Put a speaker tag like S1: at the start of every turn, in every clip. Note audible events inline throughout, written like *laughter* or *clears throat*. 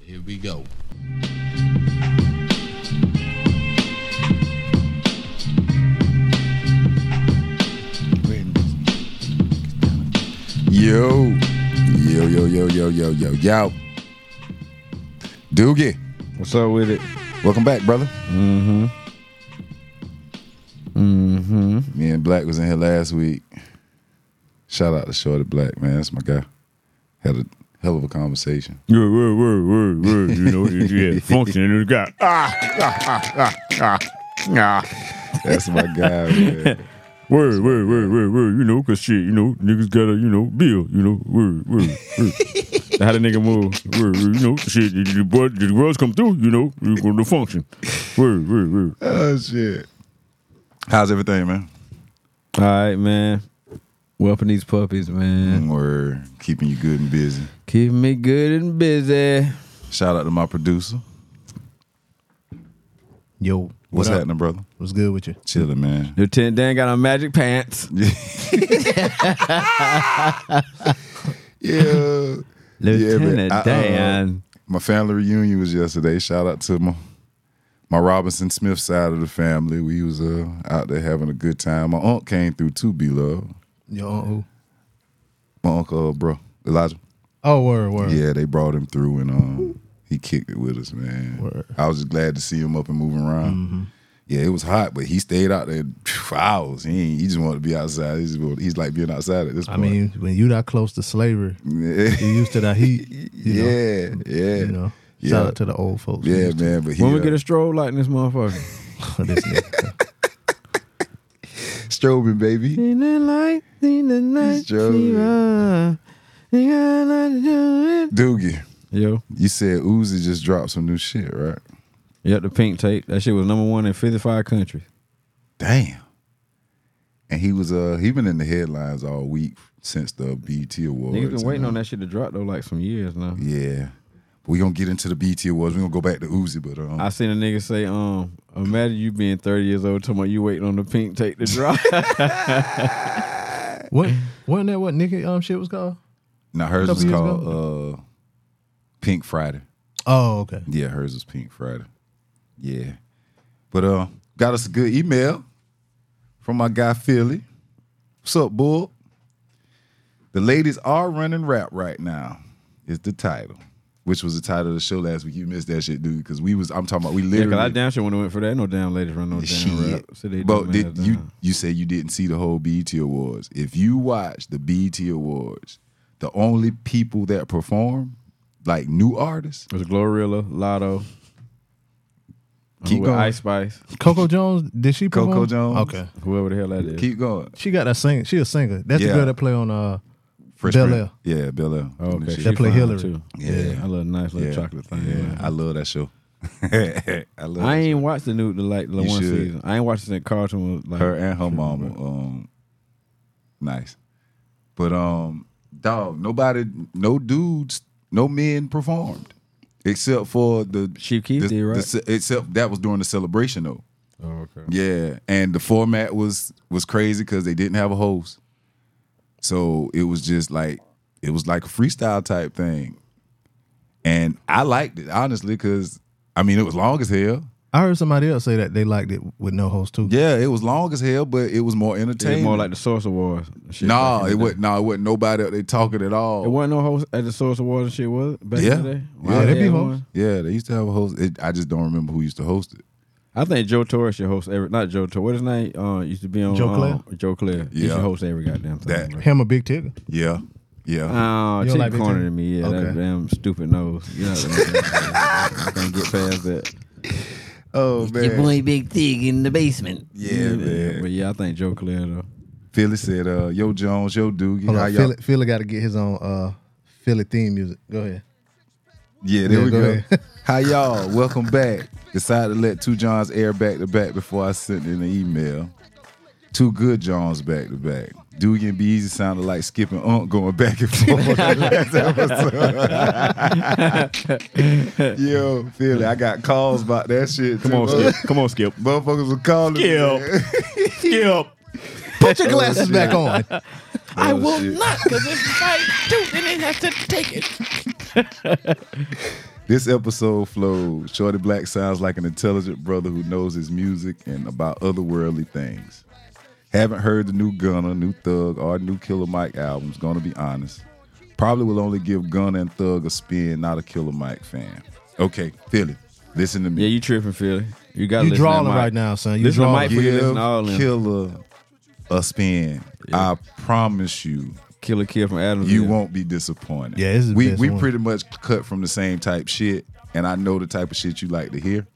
S1: Here we go.
S2: Yo, yo, yo, yo, yo, yo, yo, yo. Doogie,
S3: What's up with it?
S2: welcome back, brother. Mm-hmm. Mm-hmm. Me and Black was in here last week. Shout out to Shorty Black, man. That's my guy. Had a hell of a conversation.
S3: You know, you had function and you got
S4: Ah.
S2: That's my guy, man.
S3: word, word, word, word, word. You know, cause shit, you know, niggas gotta, you know, bill, you know, word, word, word.
S4: *laughs*
S3: How the nigga move? Word, word, you know, shit. The, the, boy, the girls come through, you know, you go to function. Word, word, word.
S2: Oh shit. How's everything, man?
S4: All right, man. Welcome these puppies, man.
S2: We're keeping you good and busy.
S4: Keep me good and busy.
S2: Shout out to my producer.
S5: Yo, what
S2: What's
S5: up?
S2: happening, brother?
S5: What's good with you?
S2: Chilling, man.
S4: Lieutenant Dan got on magic pants.
S5: *laughs*
S2: Yeah.
S4: Lieutenant
S2: I, uh,
S4: Dan.
S2: my family reunion was yesterday. Shout out to my my Robinson Smith side of the family. We was uh, out there having a good time. My aunt came through too, be love.
S5: Yo, aunt who?
S2: My uncle, uh, bro, Elijah.
S5: Oh, word, word.
S2: Yeah, they brought him through and um, he kicked it with us, man.
S5: Word. Mm-hmm.
S2: I was just glad to see him up and moving around. Yeah, it was hot, but he stayed out there for hours. He, ain't, he just wanted to be outside. He's, he's like being outside at this
S5: I
S2: point. *laughs*
S5: mean, when you that close to slavery, you
S2: yeah,
S5: used to that heat. You *laughs* Know,
S2: yeah, yeah,
S5: You know.
S2: Yeah.
S5: Shout out to the old folks. *laughs*
S2: yeah, man. But he,
S4: when we
S2: uh,
S4: get a stroll like this motherfucker.
S5: this *laughs* nigga.
S2: strobing, baby.
S4: in the light, in the night,
S2: Joey.
S4: she run. You got a lot to do with-
S2: Doogie,
S4: Yo,
S2: you said Uzi just dropped some new shit, right?
S4: yep, the pink tape. That shit was number one in 55 countries.
S2: Damn. And he was uh he been in the headlines all week since the BET Awards.
S4: Niggas been waiting
S2: and,
S4: on
S2: uh,
S4: that shit to drop though, like some years now.
S2: Yeah. We gonna get into the BET Awards. We gonna go back to Uzi, but um,
S4: I seen a nigga say, um, imagine you being 30 years old, talking about you waiting on the pink tape to drop.
S5: what? Wasn't that what Nicky um shit was called?
S2: now hers was
S5: couple years
S2: called uh Pink Friday.
S5: Oh, okay.
S2: Yeah, hers was Pink Friday. Yeah. But uh got us a good email from my guy Philly. What's up, Bull? The ladies are running rap right now, is the title. Which was the title of the show last week. You missed that shit, dude, because we was I'm talking about we
S4: Yeah,
S2: *laughs* literally
S4: cause I damn sure wouldn't have went for that. No damn ladies run no damn rap.
S2: Shit.
S4: So they
S2: but
S4: dumb
S2: did
S4: ass
S2: you
S4: down.
S2: you say you didn't see the whole BET Awards? If you watch the BET Awards, the only people that perform, like new artists,
S4: It was Glorilla, Lotto,
S2: Keep
S4: with
S2: going.
S4: Ice Spice,
S5: Coco Jones, did she
S2: Coco
S5: perform?
S2: Jones.
S5: Okay.
S4: whoever the hell that is.
S2: keep going.
S5: She got that sing. She a singer. That's
S2: Yeah.
S5: the girl that play on uh
S2: Fresh
S5: Bel
S2: Prince.
S5: Air.
S2: Yeah, Bel Air.
S4: oh, okay,
S2: Shit.
S5: That play
S4: fine,
S5: Hillary.
S2: Yeah.
S4: I love nice little
S2: Yeah.
S4: chocolate thing.
S2: Yeah,
S4: man.
S2: I love that show. *laughs* I love
S4: I
S2: that
S4: ain't watched the new the like the
S2: You
S4: one
S2: should.
S4: season. I ain't watched it since Carlton was
S2: show.
S4: like
S2: her and her mama. Um, nice, but um, dog, nobody, no dudes, no men performed except for the
S4: Chief Keef
S2: the-
S4: did, right?
S2: the ce- except that was during the celebration though.
S4: oh, okay.
S2: Yeah, and the format was was crazy because they didn't have a host, so it was just like it was like a freestyle type thing, and I liked it honestly because I mean it was long as hell.
S5: I heard somebody else say that they liked it with no host too.
S2: Yeah, it was long as hell, but it was more
S4: It was
S2: entertaining.
S4: more like the Source Awards. and Shit back
S2: nah,
S4: in the
S2: it
S4: day.
S2: wasn't. Nah, it wasn't nobody up there talking at all.
S4: It wasn't no host at the Source Awards and shit was it, back
S2: Yeah.
S4: in the day.
S2: Yeah, they
S4: had
S5: be
S4: one.
S5: hosts.
S2: yeah, they used to have a host. It, I just don't remember who used to host it.
S4: I think Joe Torre should host every. Not Joe Torre. What his name? Uh, used to be on
S5: Joe
S4: um, Joe Claire. He
S2: Yeah.
S4: should host every goddamn thing.
S2: That-
S4: bro.
S5: Him a big ticket.
S2: Yeah, yeah.
S4: Oh,
S5: You don't
S4: cheap
S5: like Big
S4: corner
S5: Ten?
S4: to me. Yeah, that
S5: Okay.
S4: damn stupid nose. You know what
S2: *laughs*
S4: I'm saying? I can't get past that.
S2: oh
S4: Big Tig in the basement.
S2: Yeah, man.
S4: But yeah, I think Joe Clear though.
S2: Philly said, uh, "Yo Jones, yo Doogie,
S5: Hold
S2: how
S5: on,
S2: y'all?"
S5: Philly, Philly got to get his own uh Philly theme music. Go ahead.
S2: Yeah, there
S5: Yeah,
S2: we
S5: go
S2: go.
S5: ahead.
S2: *laughs* How y'all? Welcome back. Decided to let two Johns air back to back before I sent in an email. Two good Johns back to back. Doogie and Be Easy sounded like skipping Unc going back and forth. on the last episode. *laughs* Yo, Philly, I got calls about that shit.
S3: Come
S2: too.
S3: on,
S5: *laughs*
S3: Skip. Come on, Skip.
S2: Motherfuckers were calling. me,
S3: Skip.
S2: man.
S3: Skip.
S5: Put your glasses back on.
S2: I will not, because This episode flows. Shorty Black sounds like an intelligent brother who knows his music and about otherworldly things. Haven't heard the new Gunna, new Thug, or new Killer Mike albums, gonna be honest. Probably will only give Gunna and Thug a spin, not a Killer Mike fan. Okay, Philly, listen to me.
S4: Yeah, you tripping, Philly. You got
S5: You
S4: listen
S5: drawing
S4: to Mike.
S5: right now, son. You
S4: Listen to
S5: drawing.
S4: Mike. Put your listening all in.
S2: give Killer a spin. I promise you,
S4: Killer Kid from Adams.
S2: you won't be disappointed.
S5: Yeah, this is the
S2: we
S5: best
S2: we
S5: one.
S2: pretty much cut from the same type shit, and I know the type of shit you like to hear.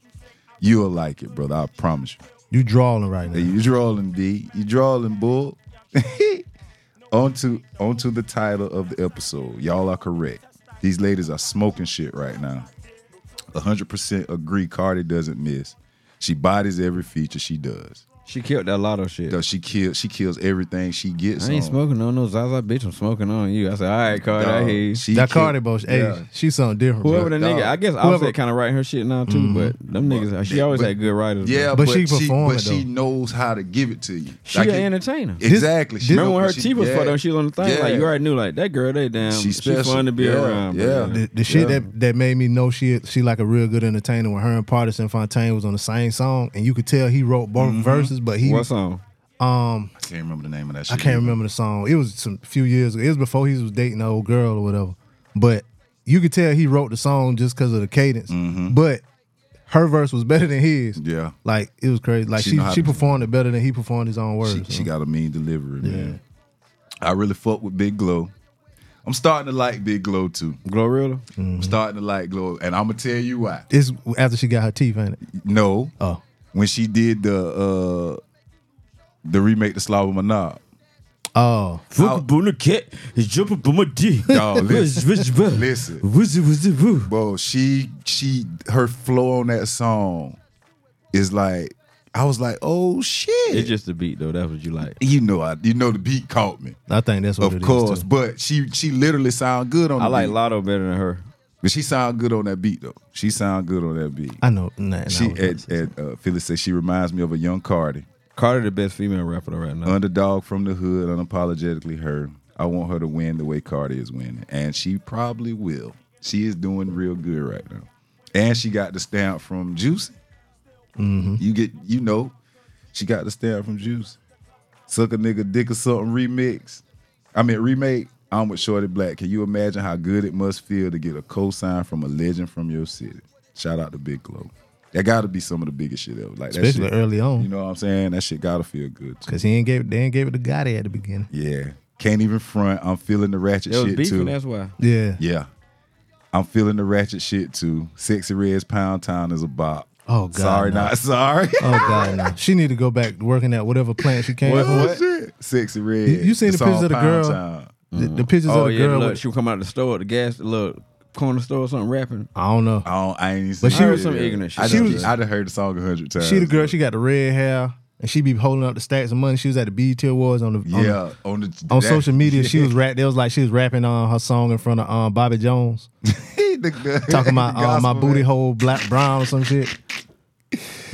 S2: You'll like it, brother. I promise you.
S5: You drawing right
S2: Hey,
S5: now.
S2: you drawing, D. You drawing, bull. *laughs* onto onto the title of the episode. Y'all are correct. These ladies are smoking shit right now. 100% agree. Cardi doesn't miss. She bodies every feature she does.
S4: She killed that lotto shit.
S2: Though she kills, she kills everything she gets.
S4: I ain't
S2: on.
S4: smoking on no Zaza bitch. I'm smoking on you. I said, all right, Cardi, I
S2: Dog,
S4: hear you.
S2: she
S5: That
S2: kill-
S5: Cardi bullshit. Hey,
S2: Yeah.
S5: she's something different. bro.
S4: Whoever the
S2: Dog. Mm-hmm.
S4: nigga, I guess
S5: Whoever-
S4: Offset kind of writing her shit now too, but them niggas, uh, she always
S2: but-
S4: had good writers.
S2: Yeah,
S5: But
S2: but,
S5: she
S2: she,
S5: performed
S2: but
S5: it,
S2: she
S5: though.
S2: knows how to give it to you.
S4: she
S2: Like
S4: an
S2: it-
S4: entertainer.
S2: Exactly. She
S4: Remember when
S2: know-
S4: her
S2: she-
S4: teeth was
S2: yeah,
S4: fucked up? She was on the thing. Like
S2: yeah.
S4: you already knew, like that girl, they damn,
S2: She
S4: she,
S2: special.
S4: fun to be
S2: Yeah,
S4: around. bro.
S2: yeah.
S5: The, the shit
S2: Yeah.
S5: that, that made me know she she like a real good entertainer when her and Partisan Fontaine was on the same song, and you could tell he wrote both
S2: Mm-hmm.
S5: verses, but he
S4: What song?
S5: um
S2: I can't remember the name of that. shit.
S5: I can't remember the song. It was some few years ago. It was before he was dating the old girl or whatever. But you could tell he wrote the song just because of the cadence. But her verse was better than his.
S2: Mm-hmm. Yeah.
S5: Like it was crazy. Like
S2: She
S5: she
S2: know how
S5: she,
S2: to-
S5: performed it better than he performed his own words.
S2: She, she
S5: so.
S2: got a mean delivery, man. I really fuck with Big Glow. I'm starting to like Big Glow too.
S4: Glorilla.
S5: Mm-hmm.
S2: I'm starting to like Glow, and I'm gonna tell you why.
S5: it's after she got her teeth, ain't it?
S2: No,
S5: Oh.
S2: when she did the uh the remake to Slava Manab.
S5: Oh.
S2: Fuck
S4: on the cat, jumping on my
S2: *laughs*
S4: dick.
S2: Dog, listen. Listen.
S4: listen.
S2: Bro, she she her flow on that song is like I was like, oh shit.
S4: It's just the beat though. That's what you like.
S2: you know I you know the beat caught me.
S5: I think that's what it
S2: Of
S5: is,
S2: course.
S5: too.
S2: But she she literally sound good on
S4: I
S2: the
S4: like
S2: beat.
S4: Lotto better than her.
S2: But she sound good on that beat though. She sound good on that beat.
S5: I know. Nah, nah,
S2: she
S5: I was about to
S2: at,
S5: say
S2: at uh, Phyllis says she reminds me of a young Cardi.
S4: Carter the best female rapper right now.
S2: Underdog from the hood, unapologetically her. I want her to win the way Cardi is winning. And she probably will. She is doing real good right now. And she got the stamp from Juicy. You get, you know, she got the stamp from Juicy. Suck a nigga dick or something remix. I mean remake. I'm with Shorty Black. Can you imagine how good it must feel to get a cosign from a legend from your city? Shout out to Big Glow. That gotta be some of the biggest shit ever. Like that
S5: Especially
S2: shit-
S5: early on.
S2: You know what I'm saying? That shit gotta feel good too.
S5: Cause he ain't gave they ain't gave it to Gotti at the beginning.
S2: Yeah. Can't even front. I'm feeling the ratchet
S4: There was
S2: shit
S4: beef,
S2: too.
S4: and that's why.
S5: Yeah.
S2: yeah. I'm feeling the ratchet shit too. Sexy Red's Pound Town is a bop.
S5: Oh, God,
S2: Sorry,
S5: no. *laughs*
S2: not sorry.
S5: Oh god, no. She need to go back to working at whatever plant she came from.
S2: Oh, shit. Sexy Red.
S5: You- you seen the
S2: song
S5: pictures of the
S2: Pound
S5: girl?
S2: Town.
S5: The, the pictures
S4: Oh
S5: of the
S4: yeah,
S5: girl.
S4: look,
S5: with-
S4: she would come out of the store, at the gas, the little corner store or something, rapping.
S5: I don't know.
S2: I don't. I ain't. Even
S5: But
S2: seen
S5: she
S2: it
S5: was
S2: yet.
S4: some ignorant shit.
S2: I
S5: She
S2: done-
S5: was-
S2: I done heard the song a hundred times.
S5: She the girl. She got the red hair, and she be holding up the stacks of money. She was at the BET Awards on the on, the-
S2: Yeah. On the
S5: on
S2: that-
S5: social media. She
S2: *laughs*
S5: was rap. It was like she was rapping on her song in front of um, Bobby Jones,
S2: The- the-
S5: *laughs* talking about
S2: the
S5: uh, my
S2: *laughs* gospel,
S5: booty
S2: man.
S5: hole black brown or some shit.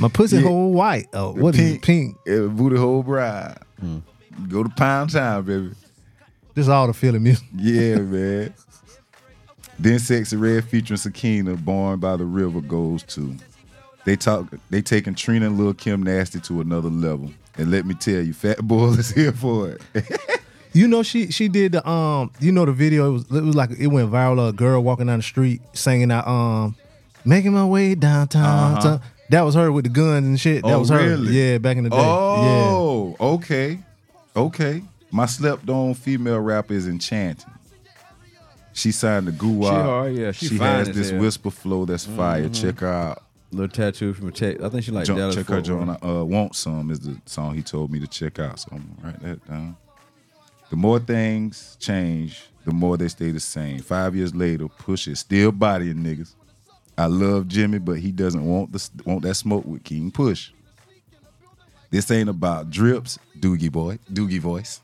S5: My pussy hole white. Oh, what is it? pink? Hmm.
S2: Yeah, booty hole bride. Go to Pound Town, baby.
S5: This all the feeling music.
S2: Yeah, man. Then Sexy Red featuring Sakina, Born by the River, goes to. They talk they taking Trina and Lil Kim Nasty to another level. And let me tell you, Fat Boy is here
S4: *laughs*
S2: for it.
S5: You know she she did the um you know the video it was it was like it went viral a girl walking down the street singing out um making my way downtown
S2: Uh-huh.
S5: that was her with the guns and shit that
S2: Oh,
S5: was her
S2: really?
S5: yeah back in the day
S2: oh, okay. Okay. My slept on female rapper is enchanting. She signed the goo
S4: She hard, yeah, she fine
S2: has
S4: as
S2: this
S4: hell.
S2: whisper flow that's fire. Check her out.
S4: Little tattoo from a tech. I think she like
S2: Jump,
S4: Dallas
S2: check her
S4: Fort Worth.
S2: joint. out. Uh, Want some is the song he told me to check out. So I'm gonna write that down. The more things change, the more they stay the same. Five years later, push it, still bodying niggas. I love Jimmy, but he doesn't want the want that smoke with King Push. This ain't about drips, Doogie boy, Doogie voice.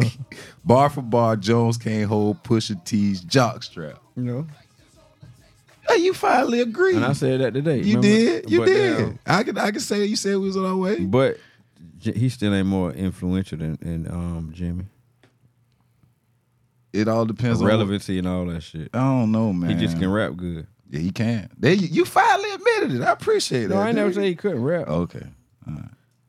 S2: *laughs* bar for bar, Jones can't hold Pusha T's jockstrap.
S4: You know,
S2: Hey, you finally agreed.
S4: and I said that today.
S2: You
S4: remember?
S2: did. You
S4: But,
S2: did.
S4: um,
S2: I can I can say that you said we was on our way.
S4: But J- he still ain't more influential than, than um Jimmy.
S2: It all depends on
S4: Relevancy and all that shit.
S2: I don't know, Oh, man.
S4: He just can rap good.
S2: Yeah, he can. They, you finally admitted it. I appreciate
S4: No,
S2: that.
S4: I ain't never
S2: dude.
S4: said he couldn't rap.
S2: Okay.
S4: Oh.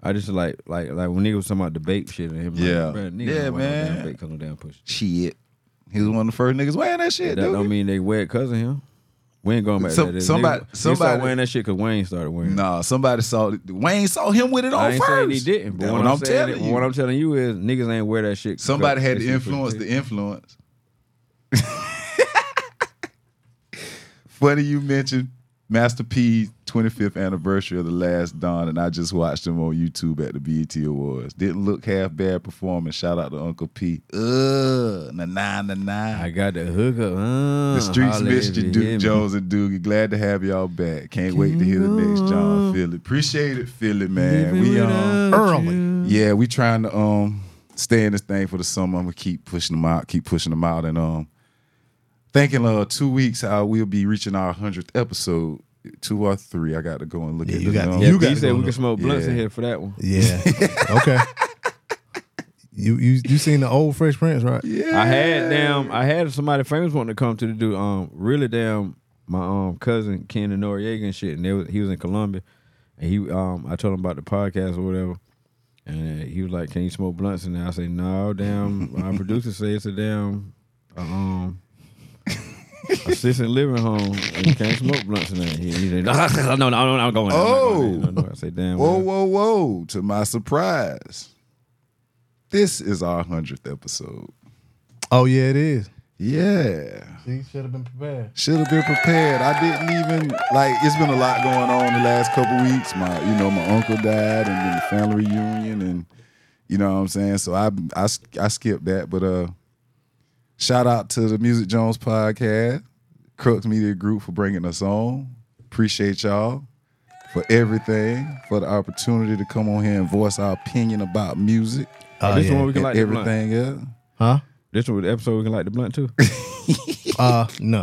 S4: I just like like like when nigga was talking about the vape shit and him. like,
S2: Yeah.
S4: "Bruh, nigga,
S2: Yeah,
S4: don't wear no damn
S2: man.
S4: vape, 'cause no damn push.
S2: Shit. He was one of the first niggas wearing that shit,
S4: That
S2: dude.
S4: don't mean they wet cousin him. We ain't going back
S2: Some-
S4: to that.
S2: somebody-
S4: nigga,
S2: somebody-
S4: started wearing that shit because Wayne started wearing. it.
S2: Nah, somebody saw Wayne saw him with it on
S4: I ain't
S2: first.
S4: saying he didn't, but
S2: That's
S4: what I'm, saying,
S2: telling you.
S4: what I'm telling you is niggas ain't wear that shit. 'cause
S2: Somebody had
S4: that
S2: to
S4: shit
S2: influence
S4: pretty
S2: the influence. Funny you mentioned Master P's 25th anniversary of The Last Dawn, and I just watched him on YouTube at the BET Awards. Didn't look half bad performance. Shout out to Uncle P. Ugh, na na na
S4: thick.
S2: na.
S4: I got the hookup. Uh,
S2: The streets
S4: holla
S2: missed you,
S4: if hear me.
S2: Duke Jones and Doogie. Glad to have y'all back. Can't wait to hear the next John Philly. Appreciate it, Philly man.
S4: Even
S2: we um.
S4: without
S5: early.
S4: you.
S2: Yeah, we trying to um stay in this thing for the summer. I'm gonna keep pushing them out, keep pushing them out, and um thinking uh two weeks I will be reaching our hundredth episode, two or three. I got to go and look
S5: Yeah,
S2: at
S5: you
S2: the
S5: got-
S2: um,
S5: yeah.
S4: Yeah,
S5: You
S4: you
S5: gotta
S4: said
S5: go
S4: we
S5: look.
S4: can smoke blunts in
S2: Yeah.
S4: here for that one.
S5: Yeah.
S2: *laughs*
S5: okay. You you you seen the old Fresh Prince, right?
S2: yeah.
S4: I had damn, I had somebody famous wanting to come to the do um really damn my um cousin Ken and Noriega and shit, and they was, he was in Columbia, and he um I told him about the podcast or whatever, and he was like, "Can you smoke blunts?" And I say, "No, damn, our producer say it's a damn uh, um." Assistant living home, and you can't smoke blunts in there. He, he said, *laughs* no, no, no, I'm going.
S2: Oh.
S4: no, no. I say, damn.
S2: Whoa,
S4: man.
S2: whoa, whoa! To my surprise, this is our hundredth episode.
S5: Oh yeah, it is.
S2: Yeah.
S5: He should have been prepared.
S2: Should have been prepared. I didn't even like. It's been a lot going on the last couple weeks. My, you know, my uncle died, and then the family reunion, and you know what I'm saying. So I, I, I skipped that. But uh, shout out to the Music Jones podcast, Crux Media Group for bringing us on. Appreciate y'all for everything, for the opportunity to come on here and voice our opinion about music
S5: Oh,
S4: this
S5: yeah.
S4: one we can
S2: and
S4: light the blunt.
S2: everything else.
S5: Huh?
S4: This one, the episode we can light the blunt too.
S5: Uh no.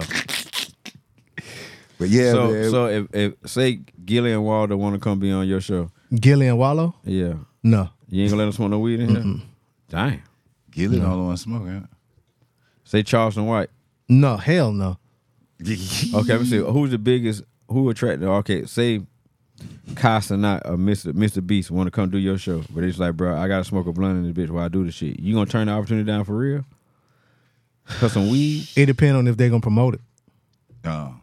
S2: But yeah,
S4: so,
S2: man,
S4: so if, if say Gillian Wilder want to come be on your show,
S5: Gillian Wallow?
S4: yeah,
S5: No.
S4: you ain't gonna let him smoke no weed in here. Dang.
S2: Gilly don't want smoke. Huh?
S4: Say Charleston White.
S5: No, hell no.
S4: Okay, let me see. Who's the biggest? Who attracted? Okay, say Costa not or Mr. Mr. Beast want to come do your show, but it's like, bro, I gotta smoke a blunt in this bitch while I do this shit. You gonna turn the opportunity down for real? For some weed,
S5: It depends on if they're gonna promote it.
S2: Oh.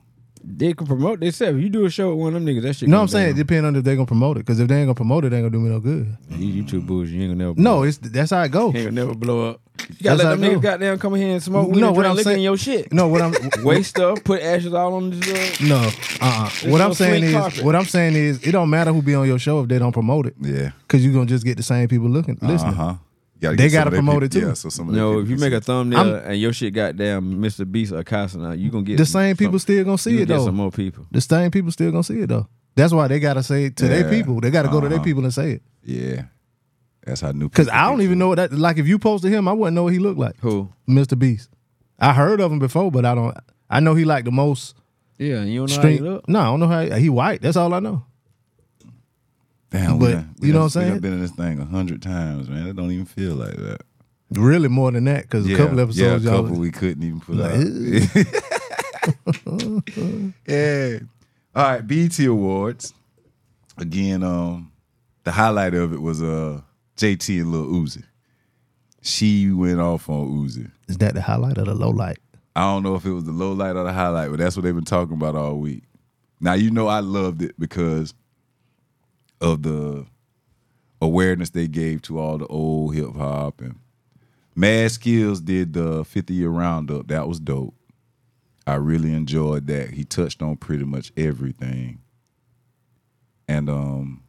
S4: they can promote themselves. You do a show with one of them niggas, that shit.
S5: You know what
S4: gonna
S5: I'm saying? It
S4: go
S5: depends on if they're gonna promote it. Because if they ain't gonna promote it, they ain't gonna do me no good.
S4: down. You, you too bougie. You ain't gonna never.
S5: No, it's that's how it go.
S4: You ain't gonna never blow up. You gotta
S5: That's
S4: let them
S5: how I
S4: niggas
S5: know.
S4: goddamn come in here and smoke. weed
S5: No,
S4: and
S5: what
S4: drink
S5: I'm
S4: liquor
S5: saying-
S4: in your shit.
S5: No, what I'm
S4: waste stuff, put ashes all on this. Uh,
S5: no, uh, uh what I'm
S4: no
S5: saying
S4: clean
S5: is,
S4: carpet.
S5: what I'm saying is, it don't matter who be on your show if they don't promote it,
S2: Yeah.
S5: because you're gonna just get the same people looking, listening.
S2: Uh-huh. Gotta
S5: They
S2: get some
S5: gotta
S2: of their
S5: promote it,
S2: people-
S5: too.
S2: Yeah, so some of their
S4: no,
S2: people
S4: if you
S2: can
S4: make a
S2: see-
S4: thumbnail
S5: I'm-
S4: and your shit goddamn Mr. Beast or Casa, you gonna get
S5: The same people
S4: some-
S5: still gonna see
S4: you
S5: it
S4: gonna get
S5: though.
S4: some more people.
S5: The same people still gonna see it though. That's why they gotta say it to their
S2: Yeah.
S5: people. They gotta go to their
S2: Uh-huh.
S5: people and say it.
S2: yeah, that's how new.
S5: Cause
S2: people
S5: I don't
S2: get
S5: even know what that. Like if you posted him, I wouldn't know what he looked like.
S4: Who?
S5: Mr. Beast. I heard of him before, but I don't. I know he like the most
S4: Yeah, you don't know
S5: street.
S4: how you look.
S5: No, I don't know how he, he white. That's all I know.
S2: Damn, we
S5: but
S2: done- we
S5: you know what I'm
S2: done- we done
S5: saying?
S2: Been in this thing a hundred times, man. It don't even feel like that.
S5: Really more than that, because a couple episodes,
S2: yeah, a
S5: y'all.
S2: couple we uh, couldn't even put
S5: Like,
S2: out. yeah. All right, BT Awards. Again, um, the highlight of it was uh JT and Lil Uzi. She went off on Uzi.
S5: Is that the highlight or the low light?
S2: I don't know if it was the low light or the highlight, but that's what they've been talking about all week. Now you know I loved it because of the awareness they gave to all the old hip hop and Mad Skills did the 50 year roundup. That was dope. I really enjoyed that. He touched on pretty much everything. And um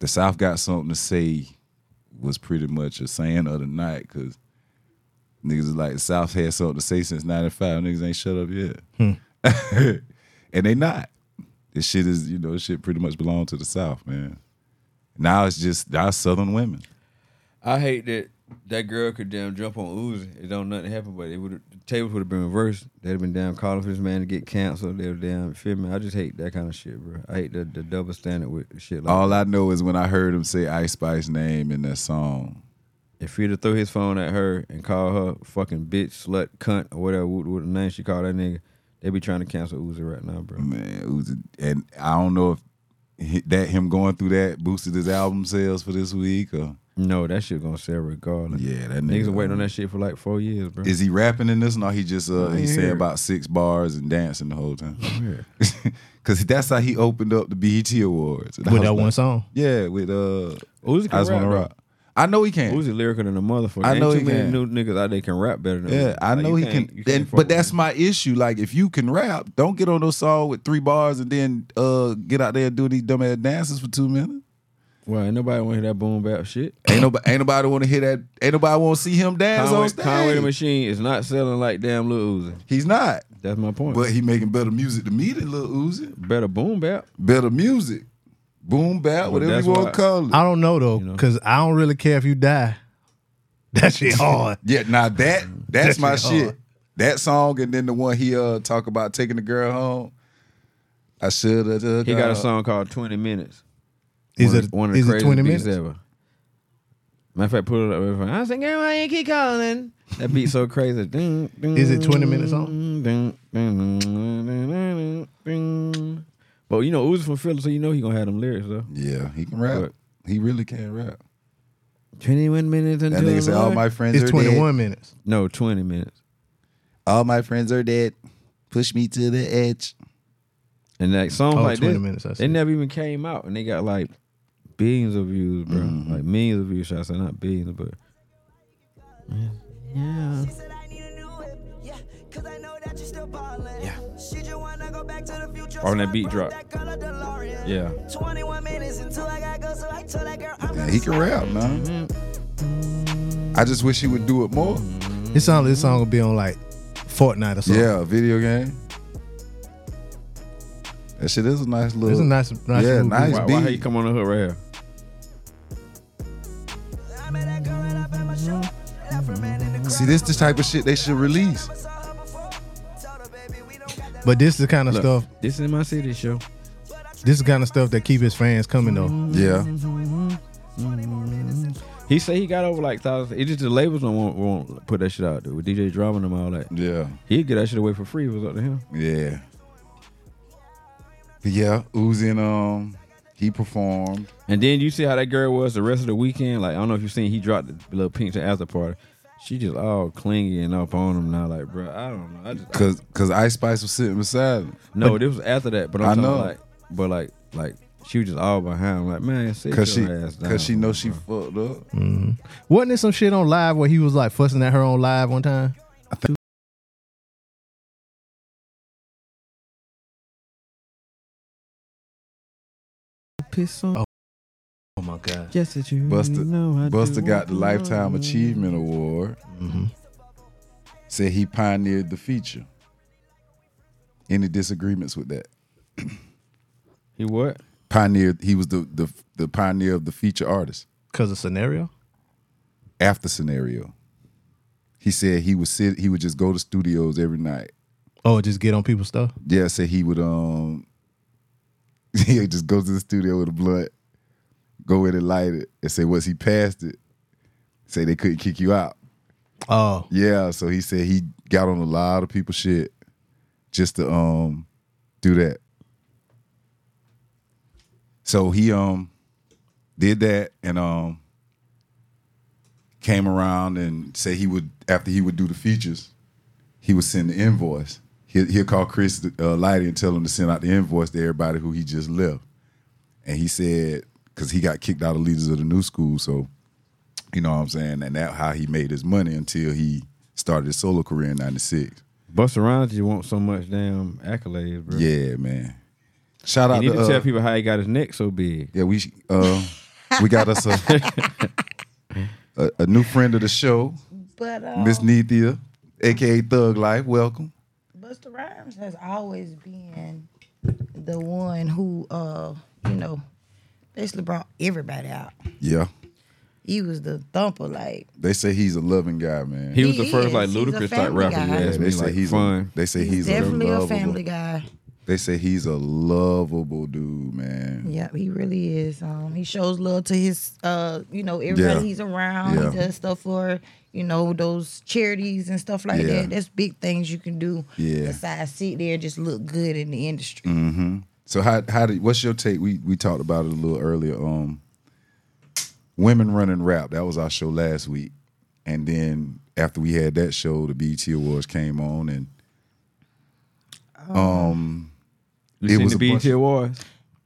S2: the South got something to say was pretty much a saying of the night because Niggas is like the South had something to say since '95. Niggas ain't shut up yet,
S4: Hmm.
S2: *laughs* and they not. This shit is, you know, this shit pretty much belong to the South, man. Now it's just our Southern women.
S4: I hate that that girl could damn jump on Uzi. It don't nothing happen, but it would the tables would have been reversed. They'd have been down calling for this man to get canceled. They were down, feel me? I just hate that kind of shit, bro. I hate the, the double standard with shit like
S2: All I know is when I heard him say Ice Spice name in that song.
S4: If he'd have threw his phone at her and called her fucking bitch, slut, cunt, or whatever, what, what the name she called that nigga, They be trying to cancel Uzi right now, bro.
S2: Man, Uzi, and I don't know if hi- that him going through that boosted his album sales for this week or
S4: No, that shit gonna sell regardless.
S2: yeah, that
S4: Niggas
S2: nigga.
S4: been waiting on that shit for like four years, bro.
S2: Is he rapping in this? No, he just uh,
S4: I
S2: he
S4: hear
S2: saying
S4: it.
S2: about six bars and dancing the whole time.
S4: Yeah.
S2: *laughs* Cause that's how he opened up the BET Awards And I
S5: with
S2: was
S5: that
S2: like-
S5: one song.
S2: Yeah, with uh,
S4: Uzi
S2: I
S4: can
S2: just
S4: rap,
S2: want to
S4: bro.
S2: rock. I know he can.
S4: Uzi lyrical than a motherfucker.
S2: I
S4: Ain't
S2: know
S4: too
S2: he
S4: many
S2: can.
S4: new niggas out there can rap better than
S2: Yeah,
S4: Uzi.
S2: I
S4: Like,
S2: know
S4: Oh, you
S2: he
S4: can't-
S2: can.
S4: you can't
S2: Then,
S4: fuck
S2: but
S4: with
S2: that's
S4: him.
S2: my issue. Like, if you can rap, don't get on those songs with three bars and then uh get out there and do these dumbass dances for two minutes.
S4: Well, ain't nobody want to hear that boom bap shit.
S2: Ain't nobody, ain't nobody want to hear that. Ain't nobody want to see him dance
S4: Conway,
S2: on stage.
S4: Conway the Machine is not selling like damn Lil Uzi.
S2: He's not,
S4: That's my point.
S2: but he making better music to me than Lil Uzi.
S4: Better boom bap.
S2: Better music, boom bap,
S4: Well,
S2: whatever
S4: that's
S2: you want
S4: why-
S2: to call it.
S5: I don't know though,
S4: You know.
S5: because I don't really care if you die. *laughs* That shit hard.
S2: Yeah, now that that's
S5: That
S2: my
S5: shit hard.
S2: shit. That song and then the one he uh talk about taking the girl home. I should have.
S4: He got a song called 20 Minutes.
S5: Is
S4: one,
S5: it
S4: one of the
S5: is it
S4: craziest
S5: twenty
S4: beats
S5: minutes?
S4: ever? Matter of fact, put it up. every time. I said, "Girl, why you keep calling?" That beat so crazy. *laughs* Dun, dun,
S5: Is it 20 minutes
S4: dun, dun, dun, dun, dun, dun, dun. But you know, Uzi from Philly, so you know he gonna have them lyrics though.
S2: Yeah, he can rap.
S4: But-
S2: he really can rap.
S4: Twenty-one minutes until
S2: That nigga said, "All
S4: love."
S2: my friends
S5: It's
S2: are
S5: twenty
S2: dead.
S5: one minutes.
S4: "Oh, no twenty minutes,
S2: All my friends are dead. Push me to the edge."
S4: and like songs
S5: Oh,
S4: like
S5: 20
S4: this,
S5: minutes, I see.
S4: they never even came out, and they got like billions of views, bro.
S5: Mm-hmm.
S4: Like millions of views. should I say not billions, but
S1: She said I need a new whip. Yeah, cause I know that you still ballin'. Yeah. She just wanna go back to the future.
S4: On
S1: so
S4: that
S1: I
S4: beat
S1: brought
S4: drop.
S1: That color DeLorean.
S4: yeah.
S1: 21 minutes until I gotta go, so I told that girl I'm
S2: Yeah,
S1: gonna
S2: he can rap, man. I just wish he would do it more.
S5: This song this song will be on like Fortnite or something.
S2: Yeah, video game. That shit is a nice little.
S5: It's a nice nice
S2: Yeah,
S5: little
S2: nice.
S5: beat.
S4: Why, why
S2: beat.
S4: he come on the hood right here?
S1: I met that girl right up at my show. Left her man in the crowd.
S2: See, this the type of shit they should release.
S1: Never saw her before. Told her, baby, we don't got that
S5: But this is the kind of
S4: Look,
S5: stuff
S4: This is my city show.
S5: this is the kind of stuff that keep his fans coming though.
S2: Yeah,
S4: He said he got over like thousand. It just the labels don't want, won't put that shit out. Dude. With DJ Drama and them all that,
S2: yeah,
S4: he'd get that shit away for free. If it was up to him.
S2: yeah. But yeah, Uzi and um, he performed.
S4: And then you see how that girl was the rest of the weekend. Like I don't know if you seen, he dropped the little pink to after party. She just all clingy and up on him now. Like bro, I don't know. I just
S2: Cause, cause Ice Spice was sitting beside him.
S4: no. this was after that, but I'm
S2: I
S4: talking
S2: know.
S4: like, but like, like she was just all behind. him. like man, sit
S2: Cause she,
S4: your ass down.
S2: cause she know she
S4: bro.
S2: fucked up.
S5: Mm-hmm. Wasn't there some shit on live where he was like fussing at her on live one time?
S4: piss on.
S5: Oh my god.
S4: Yes, it's you.
S2: Busta-
S4: know I do
S2: Buster got the
S4: want
S2: Lifetime
S4: you.
S2: Achievement Award.
S4: Mm-hmm.
S5: Mhm.
S2: Said he pioneered the feature. Any disagreements with that?
S4: He what?
S2: Pioneered. He was the the, the pioneer of the feature artist.
S5: Cause of scenario?
S2: After scenario, he said he would sit. He would just go to studios every night.
S5: Oh, just get on people's stuff.
S2: Yeah, said he would. Um, *laughs* he would just go to the studio with a blunt, go in and light it, and say once he passed it, say they couldn't kick you out.
S5: Oh.
S2: Yeah, so he said he got on a lot of people's shit just to um do that. So he um did that and um came around and said he would after he would do the features, he would send the invoice. He'll, he'll call Chris uh, Lighty and tell him to send out the invoice to everybody who he just left. And he said because he got kicked out of Leaders of the New School, so you know what I'm saying? And that how he made his money until he started his solo career in '96.
S4: Busta Rhymes, you want so much damn accolades, bro.
S2: Yeah, man. Shout out
S4: You need
S2: to,
S4: to
S2: uh,
S4: tell people how he got his neck so big.
S2: yeah, we uh, we got us a, a a new friend of the show,
S6: But uh,
S2: Miss Nethia, aka Thug Life. Welcome.
S6: Buster Rhymes has always been the one who, uh, you know, basically brought everybody out.
S2: Yeah,
S6: He was the thumper, like
S2: they say he's a loving guy, man.
S4: He was
S6: He
S4: the first like
S6: is. He's a
S4: ludicrous type
S6: family
S4: rapper.
S6: guy.
S4: You
S6: Yeah,
S2: yeah,
S4: asked
S2: they
S4: me
S2: say
S4: like
S2: he's
S4: fun.
S2: A, they say he's
S6: definitely a
S2: lovable-
S6: family guy.
S2: They say he's a lovable dude, man.
S6: Yep, he really is. Um, he shows love to his, uh, you know, everybody
S2: Yeah.
S6: he's around.
S2: Yeah.
S6: He does stuff for, you know, those charities and stuff like
S2: Yeah.
S6: that. That's big things you can do.
S2: Yeah. Mm.
S6: Besides sit there and just look good in the industry.
S2: So how how did what's your take? We we talked about it a little earlier. Um, women running rap. That was our show last week, and then after we had that show, the BET Awards came on, and
S4: You
S2: It
S4: seen
S2: was
S4: the
S2: a bunch
S4: BET
S2: of-
S4: Awards?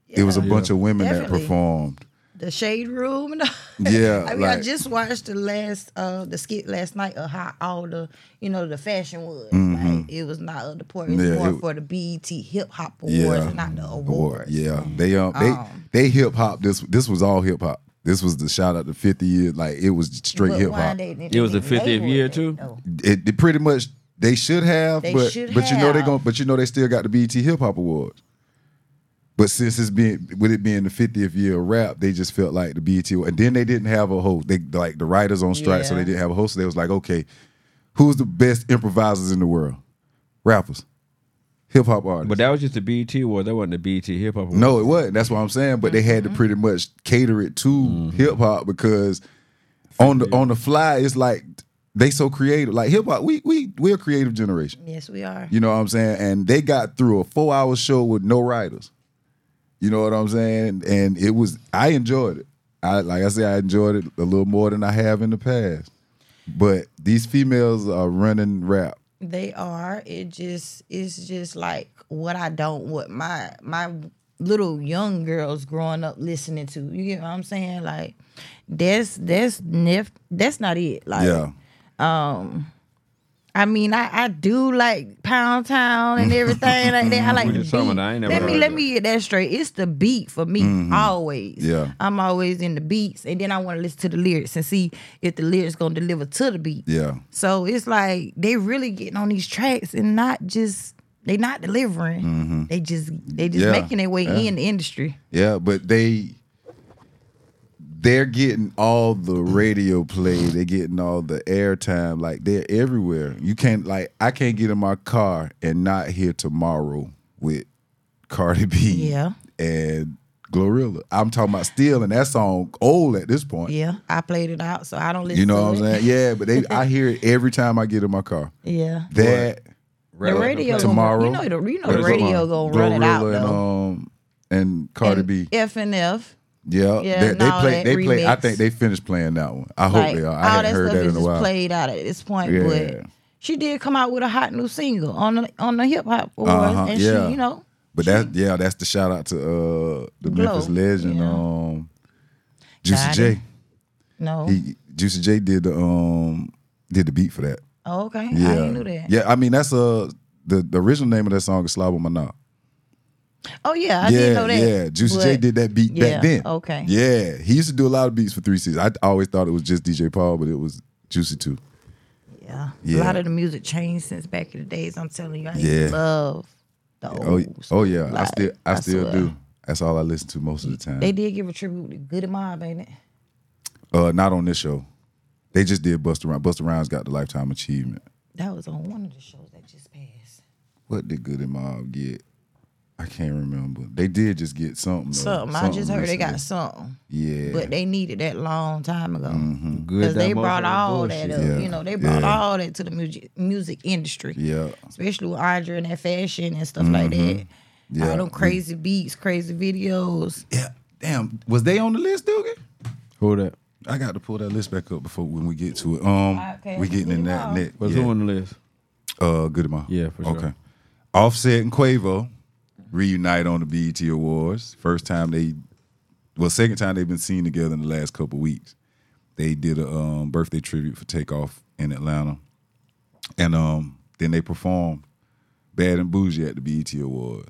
S2: it was a bunch of women that
S6: Definitely.
S2: performed.
S6: The shade room. and all-
S2: Yeah,
S6: *laughs* I mean, I
S2: like-
S6: just watched the last, uh, the skit last night of how all the, you know, the fashion was. Like, it was not of the port. It was
S2: Mm-hmm. Yeah,
S6: more
S2: it-
S6: for the BET Hip Hop Awards,
S2: Yeah.
S6: not the awards.
S2: Award. Yeah, they um, they they hip hop. This this was all hip hop. This was the shout out to fifty years. Like it was straight
S6: But
S2: hip
S6: why
S2: hop.
S6: they didn't
S4: It was the
S6: even label
S4: 50th year,
S6: it,
S4: too?
S6: though.
S2: It, it pretty much they should have,
S6: They
S2: but
S6: should
S2: but you know they
S6: have.
S2: going but you know they still got the BET Hip Hop Awards. But since it's been with it being the 50th year of rap, they just felt like the BET and then they didn't have a host. They like the writers on strike, so
S6: Yeah.
S2: they didn't have a host. So they was like, okay, who's the best improvisers in the world? Rappers, hip hop artists.
S4: But that was just the BET Awards. That wasn't the BET Hip Hop Awards.
S2: No, it wasn't. That's what I'm saying. But they had to pretty much cater it to hip hop because on the on the fly, it's like they so creative. Like hip hop, we we we're a creative generation.
S6: Yes, we are.
S2: You know what I'm saying? And they got through a four hour show with no writers. You know what I'm saying? And it was I enjoyed it. I like I said, I enjoyed it a little more than I have in the past. But these females are running rap.
S6: They are. It just it's just like what I don't want my my little young girls growing up listening to. You get what I'm saying? Like that's that's nif- that's not it. Like
S2: yeah.
S6: I mean, I, I do like Pound Town and everything like
S2: Mm-hmm.
S6: that. I like
S4: We
S6: the
S4: just talking
S6: beat.
S4: about- I ain't never
S6: Let me
S4: heard
S6: let
S4: that.
S6: me get that straight. It's the beat for me always.
S2: Mm-hmm. Yeah.
S6: I'm always in the beats, and then I want to listen to the lyrics and see if the lyrics gonna deliver to the beat.
S2: Yeah.
S6: So it's like they really getting on these tracks and not just they not delivering. They just they just
S2: Mm-hmm. Yeah.
S6: making their way
S2: Yeah.
S6: in the industry.
S2: Yeah, but they they're getting all the radio play. They're getting all the airtime. Like they're everywhere. You can't like I can't get in my car and not hear tomorrow with Cardi B.
S6: Yeah.
S2: And Glorilla. I'm talking about still and that song old at this point.
S6: Yeah, I played it out, so I don't listen.
S2: You know
S6: to
S2: what I'm
S6: it.
S2: saying? Yeah, but they I hear it every time I get in my car.
S6: Yeah.
S2: That
S6: The radio gonna-
S2: Tomorrow.
S6: you know, the, you know the radio gonna run it out
S2: Glorilla and
S6: though.
S2: um and Cardi B.
S6: F and F.
S2: Yeah,
S6: Yeah,
S2: they,
S6: and
S2: they
S6: all
S2: play.
S6: that
S2: They play. I
S6: remix.
S2: think they finished playing that one. I hope
S6: Like,
S2: they are.
S6: all
S2: I haven't
S6: that
S2: heard
S6: stuff
S2: that
S6: is
S2: in a
S6: just
S2: while.
S6: played out at this point,
S2: Yeah.
S6: but she did come out with a hot new single on the on the hip hop awards,
S2: Uh-huh,
S6: and
S2: yeah.
S6: she, you know,
S2: But that, yeah, that's the shout out to uh the
S6: Glow,
S2: Memphis legend,
S6: yeah.
S2: um, Juicy
S6: Got
S2: J.
S6: no,
S2: He Juicy J did the um did the beat for that.
S6: oh, okay,
S2: Yeah,
S6: I didn't know that.
S2: yeah. I mean, that's uh the, the original name of that song is Slabo Maná.
S6: Oh yeah, I
S2: yeah,
S6: didn't know that.
S2: yeah. Juicy J
S6: but-
S2: did that beat
S6: yeah,
S2: back then.
S6: okay.
S2: Yeah, he used to do a lot of beats for Three Seasons. I always thought it was just DJ Paul, but it was Juicy too.
S6: Yeah.
S2: Yeah.
S6: A lot of the music changed since back in the days. I'm telling you, I
S2: Yeah.
S6: used to love the old.
S2: Oh, oh yeah, I
S6: Like,
S2: still I,
S6: I
S2: still
S6: swear.
S2: do. That's all I listen to most of the time.
S6: They did give a tribute to Good and Mob, ain't it?
S2: Uh, not on this show. They just did Busta Rhymes. Busta Rhymes got the Lifetime Achievement.
S6: That was on one of the shows that just passed.
S2: What did Good and Mob get? I can't remember. They did just get something. though.
S6: Something. I just heard they got something.
S2: Yeah. Mm-hmm.
S6: But they needed that long time ago.
S4: Good
S6: Because
S4: that
S6: they brought
S4: motherfucker
S6: all
S4: bullshit.
S6: that up.
S2: Yeah.
S6: You know, they brought
S2: Yeah.
S6: all that to the music music industry.
S2: yeah. Mm-hmm.
S6: Especially with Andre and that fashion and stuff like that.
S2: Yeah. Mm.
S6: All them crazy beats, crazy videos.
S2: Yeah. Damn. Was they on the list, Doogie?
S4: Who that?
S2: I got to pull that list back up before when we get to it. Um,
S6: Okay,
S2: we getting in
S6: Good
S2: that
S6: and
S2: net.
S4: What's
S2: yeah.
S4: who on the list?
S2: Uh, Good and Mob.
S4: Yeah, for sure.
S2: Okay. Offset and Quavo reunite on the BET Awards. First time they, well, second time they've been seen together in the last couple weeks. They did a um, birthday tribute for Takeoff in Atlanta, and um, then they performed Bad and Bougie at the BET Awards.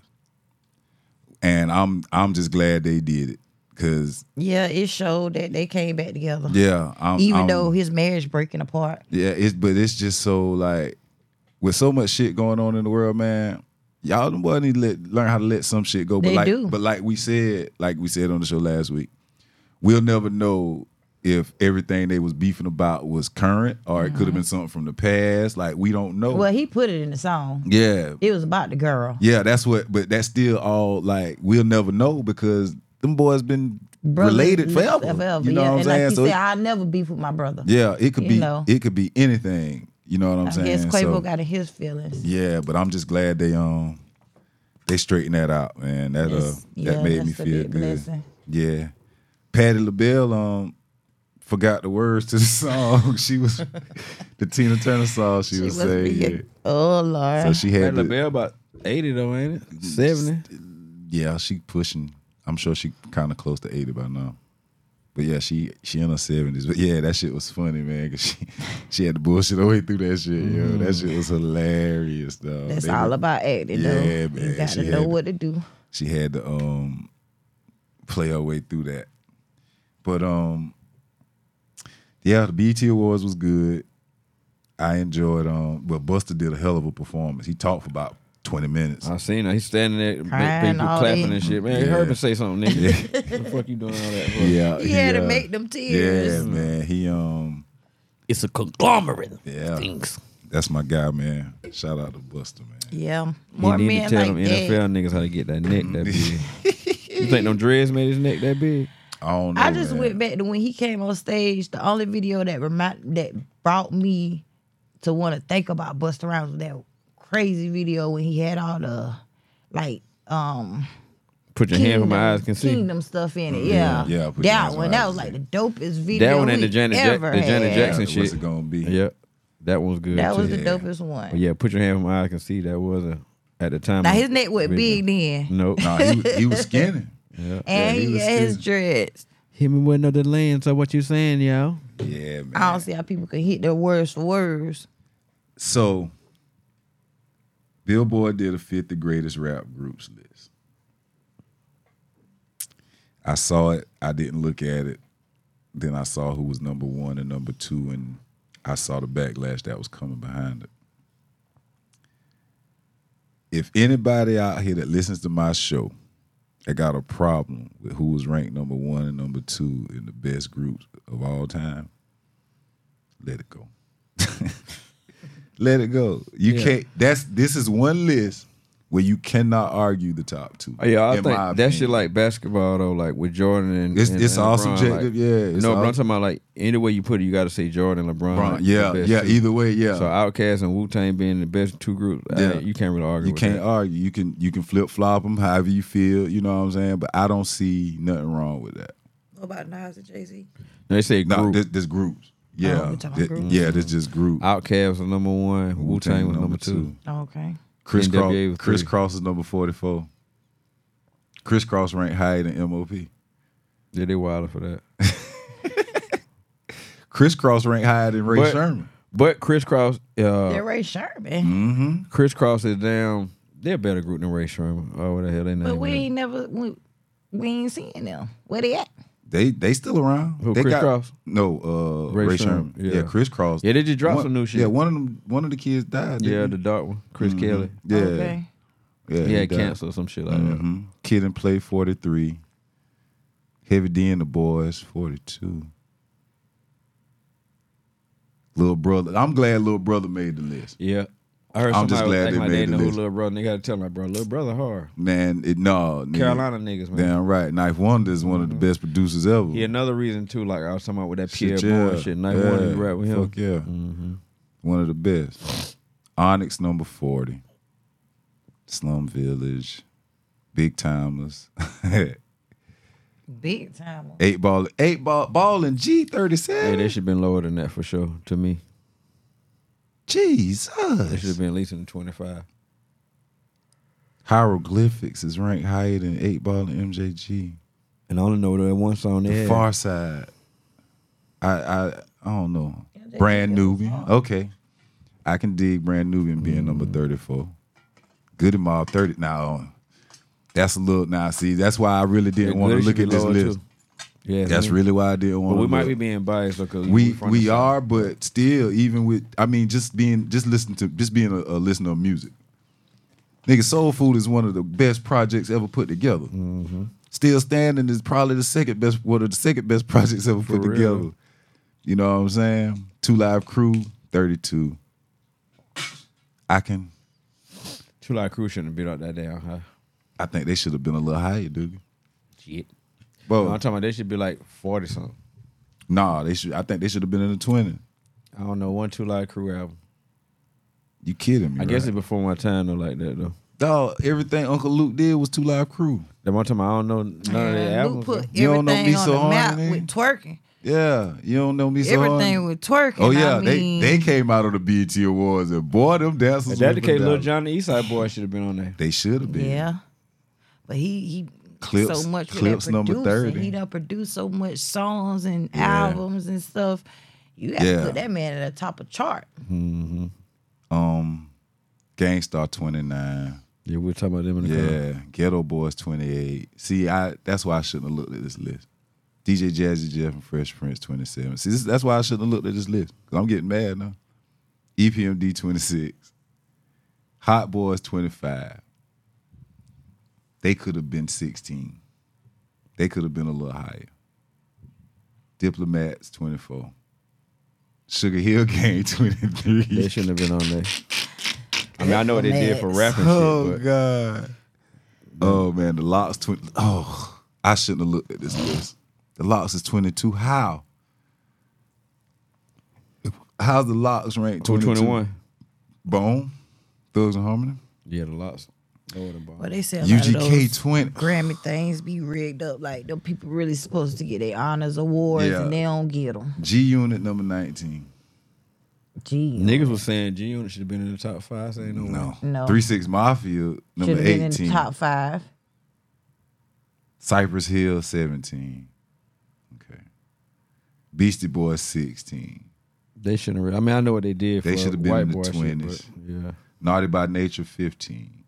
S2: And I'm I'm just glad they did it because
S6: Yeah, it showed that they came back together.
S2: yeah, I'm,
S6: Even
S2: I'm-
S6: though his marriage breaking apart.
S2: Yeah, it's but it's just so like with so much shit going on in the world, man. Y'all them boys need to let, learn how to let some shit go. But
S6: They
S2: like,
S6: do.
S2: but like we said, like we said on the show last week, we'll never know if everything they was beefing about was current or it could have been something from the past. Like we don't know.
S6: Well, he put it in the song.
S2: yeah,
S6: It was about the girl.
S2: yeah, that's what. But that's still all like we'll never know because them boys been
S6: Brother
S2: related
S6: lived
S2: forever. You know what
S6: yeah.
S2: I'm
S6: and
S2: saying?
S6: like you
S2: so
S6: said, I'll never beef with my brother.
S2: yeah, it could
S6: you
S2: be
S6: know.
S2: it could be anything. You know what I'm
S6: I
S2: saying?
S6: guess Quavo
S2: So-
S6: got in his feelings.
S2: Yeah, but I'm just glad they um they straightened that out, man. That uh
S6: That's-
S2: that
S6: yeah,
S2: made me
S6: that's a
S2: feel good.
S6: big blessing.
S2: Yeah. Patty LaBelle um forgot the words to the *laughs* song. she was the Tina Turner song she,
S6: She
S2: was
S6: was
S2: saying.
S6: being-
S2: Yeah.
S6: Oh Lord.
S2: So she had
S4: Patty
S2: the, Mm,
S4: LaBelle about 80 though, ain't it? 70.
S2: yeah, she pushing. I'm sure she kind of close to 80 by now. But yeah, she she in her 70s. But yeah, that shit was funny, man, cuz she she had to bullshit her way through that shit. Yo, that shit was hilarious, though.
S6: Mm-hmm. That's
S2: They
S6: all
S2: were-
S6: about acting,
S2: Yeah,
S6: though.
S2: man,
S6: You got
S2: she
S6: to know
S2: had-
S6: what to do.
S2: she had to um play her way through that. But um yeah, the BET Awards was good. I enjoyed um well Buster did a hell of a performance. He talked for about 20 minutes.
S4: I seen her. He's standing there, make
S6: Crying
S4: people
S6: all
S4: clapping
S6: day.
S4: and shit. Man,
S2: Yeah.
S4: you heard me say something, nigga. what the fuck you doing all that for?
S2: Yeah.
S6: You had
S2: uh,
S6: to make them
S2: Yeah,
S6: tears.
S2: man. He um
S7: It's a conglomerate of
S2: Yeah.
S7: things.
S2: that's my guy, man. Shout out to Buster, man.
S6: Yeah.
S4: He
S6: More
S4: need
S6: men
S4: to tell
S6: like
S4: them
S6: that.
S4: NFL niggas how to get that neck that big.
S2: Mm. *laughs*
S4: you think them dreads made his neck that big?
S2: I don't know.
S6: I just
S2: man.
S6: went back to when he came on stage. The only video that remind that brought me to want to think about Busta Rhymes was that crazy video when he had all the like um
S4: Put your hand where my eyes can see.
S6: Kingdom stuff in it. Yeah.
S2: yeah, I put your hands
S6: that
S2: where
S6: one.
S2: my
S6: That
S2: eyes
S6: was like
S2: can
S6: the dopest video.
S4: That one and
S6: we
S4: the Janet, Jack-
S6: ever
S4: the Janet
S6: had.
S4: Jackson
S2: What's
S4: shit.
S2: it gonna be?
S4: Yep. That one's good.
S6: That
S4: too.
S6: was the
S2: Yeah.
S6: dopest one.
S4: But yeah, put your hand where my eyes can see. That was a at the time.
S6: Now his neck was
S4: Vision.
S6: big then.
S4: Nope.
S2: Nah, he, was- he
S6: *laughs*
S2: was skinny.
S6: And
S2: Yeah, he
S6: he
S2: was
S6: had his
S2: skinny.
S6: dreads.
S4: Hit me with another lens. So what you saying, yo?
S2: Yeah, man.
S6: I don't see how people can hit their words for words.
S2: So, Billboard did a 50 greatest rap groups list. I saw it. I didn't look at it. Then I saw who was number one and number two, and I saw the backlash that was coming behind it. If anybody out here that listens to my show that got a problem with who was ranked number one and number two in the best groups of all time, let it go *laughs* let it go. You can't. That's this is one list where you cannot argue the top two.
S4: Oh, yeah, I
S2: in
S4: think
S2: my
S4: that shit
S2: opinion.
S4: like basketball though, like with Jordan and
S2: It's-
S4: and-
S2: it's
S4: and
S2: all
S4: LeBron, like-
S2: subjective, yeah, it's
S4: no,
S2: all-
S4: but I'm talking about like any way you put it, you got to say Jordan and LeBron.
S2: Bron-
S4: like,
S2: yeah,
S4: the best
S2: yeah.
S4: two.
S2: Either way, yeah.
S4: So Outcast and Wu Tang being the best two groups, I
S2: Yeah.
S4: ain't- you can't really argue.
S2: you
S4: with
S2: can't
S4: That.
S2: argue. You can you can flip flop them however you feel. You know what I'm saying? But I don't see nothing wrong with that.
S6: What about Nas and Jay Z?
S4: They say
S2: No,
S4: group.
S2: this, this groups. Yeah,
S6: we Oh, talking
S2: Th-
S6: groups.
S2: yeah. This just group.
S4: Outcast was number one. Wu Tang was number two.
S6: Okay.
S2: Chris Cross.
S4: NWA was three.
S2: Chris Cross is number forty four. Chris Cross ranked higher than MOP.
S4: Yeah, they wilder for that.
S2: Chris Cross ranked higher than Ray
S4: But-
S2: Sherman.
S4: But crisscross, uh,
S6: They're Ray
S2: mm-hmm.
S6: Sherman.
S4: crisscross is damn. They're a better group than Ray Sherman. Oh, what the hell they name?
S6: But we
S4: is.
S6: ain't never we, we ain't seeing them. Where they at?
S2: They they still around.
S4: Who,
S2: they
S4: Chris
S2: got-
S4: Cross?
S2: No, uh, Ray,
S4: Ray
S2: Sherman.
S4: Sherman,
S2: Yeah.
S4: yeah.
S2: Chris Cross.
S4: Yeah, they just dropped
S2: One-
S4: some new shit.
S2: Yeah, one of them. One of the kids died.
S4: yeah,
S2: didn't
S4: the dark one, Chris Kelly.
S2: he? Mm-hmm. yeah,
S6: Okay.
S2: yeah.
S4: He had
S2: died.
S4: cancer or some shit like that.
S2: Mhm. Kid and play forty three. Heavy D and the boys forty two. Little brother, I'm glad little brother made the list.
S4: Yeah, I heard
S2: I'm
S4: somebody
S2: just glad
S4: was acting
S2: they
S4: like
S2: made
S4: they
S2: the
S4: know who
S2: list.
S4: little brother. They gotta tell my bro, little brother hard.
S2: Man, it no nigga.
S4: Carolina Mm-hmm. niggas, man.
S2: Damn right, Knife Wonder is one of the best producers ever.
S4: He another reason too. Like I was talking about with that Pierre
S2: Shit,
S4: Boy
S2: yeah.
S4: shit. Night
S2: Yeah.
S4: one rap with him. Mm-hmm.
S2: Fuck yeah. One of the best. Onyx number 40. Slum Village. Big Timers. *laughs*
S6: Big time.
S2: eight ball, eight ball, ball and
S4: Yeah,
S2: G37.
S4: they should have been lower than that for sure. To me, they should have
S2: Jesus.
S4: been at least in the twenty five.
S2: Hieroglyphics is ranked higher than eight ball and MJG.
S4: And I only know that one song
S2: The
S4: they had.
S2: Far Side. I I I don't know. Brand Nubian. Okay. I can dig Brand Nubian
S4: Mm.
S2: being number 34. Good and Mob 30. Now, that's a little. Now, see, that's why I really
S4: Yeah,
S2: didn't want to
S4: Glitter
S2: look
S4: should
S2: at
S4: be
S2: this
S4: lower,
S2: list.
S4: too. Yeah,
S2: That's
S4: man.
S2: really why I didn't
S4: But
S2: want to.
S4: we might be being biased because
S2: We we are, but still, even with I mean, just being just listen to just being a, a listener
S4: Mm-hmm.
S2: of music. Nigga, Soul Food is one of the best projects ever put together. Still Standing is probably the second best one of the second best *laughs* projects ever put
S4: real.
S2: together. You know what I'm saying? Two Live Crew, 32. I can
S4: True Life Crew shouldn't have been out that damn high.
S2: I think they should have been a little higher, dude.
S7: Shit.
S2: Well,
S4: I'm talking about they should be like 40 something.
S2: nah, they should I think they should have been in the 20.
S4: I don't know, one True Life Crew album.
S2: You kidding me?
S4: I guess
S2: right?
S4: it's before my time though, like that though.
S2: Dog, everything Uncle Luke did was Two Live Crew.
S4: That one time I don't know none of the
S6: Man,
S4: albums.
S6: Luke put
S2: You don't know me
S6: everything on
S2: so
S6: the
S2: hard,
S6: map
S2: man.
S6: with twerking.
S2: Yeah, you don't know me so hard.
S6: everything with twerking.
S2: Oh yeah,
S6: I mean,
S2: they they came out of the BET Awards and boy, them dancers.
S4: If that the
S2: was
S4: case, Lil
S2: bananas.
S4: Johnny Eastside Boy should have been on there.
S2: They should have been.
S6: Yeah, but he he
S2: Clips-
S6: so much with
S2: clips
S6: that
S2: number
S6: producer.
S2: 30.
S6: He done produced so much songs and albums and stuff. You got
S2: Yeah.
S6: to put that man at the top of chart.
S2: Um, Gangstar twenty nine.
S4: Yeah, we were talking about them in the car.
S2: Yeah, Ghetto Boys twenty eight. See, I that's why I shouldn't have looked at this list. DJ Jazzy Jeff and Fresh Prince twenty seven. See, this, that's why I shouldn't have looked at this list. i I'm getting mad now. E EPMD twenty six. Hot Boys twenty five. They could have been sixteen. They could have been a little higher. Diplomats twenty four. Sugar Hill *laughs* Gang twenty three.
S4: They shouldn't have been on there. I mean, I know what they did for rapping
S2: Oh
S4: shit,
S2: god. Oh man, the locks twenty. Oh, I shouldn't have looked at this list. The locks is twenty two. How? How's the locks ranked?
S4: but who
S2: 22?
S4: 21?
S2: Bone, Thugs and Harmony,
S4: Yeah, the lots. Lower the bar.
S6: But they said a lot of
S2: UGK
S6: those
S2: twenty.
S6: Grammy things be rigged up. Like the people really supposed to get their honors awards
S2: Yeah.
S6: and they don't get them.
S2: G Unit number nineteen.
S6: Gee,
S4: Niggas was saying G Unit should have been in the top five. Saying no,
S2: No,
S6: No.
S2: Three Six Mafia
S6: should
S2: number
S6: have been in the
S2: eighteen.
S6: top five.
S2: Cypress Hill seventeen. Okay. Beastie Boys sixteen.
S4: They shouldn't. Re- I mean, I know what they did.
S2: They
S4: for
S2: should have been
S4: white
S2: in the
S4: boy shit,
S2: 20s.
S4: but yeah,
S2: Naughty by Nature 15.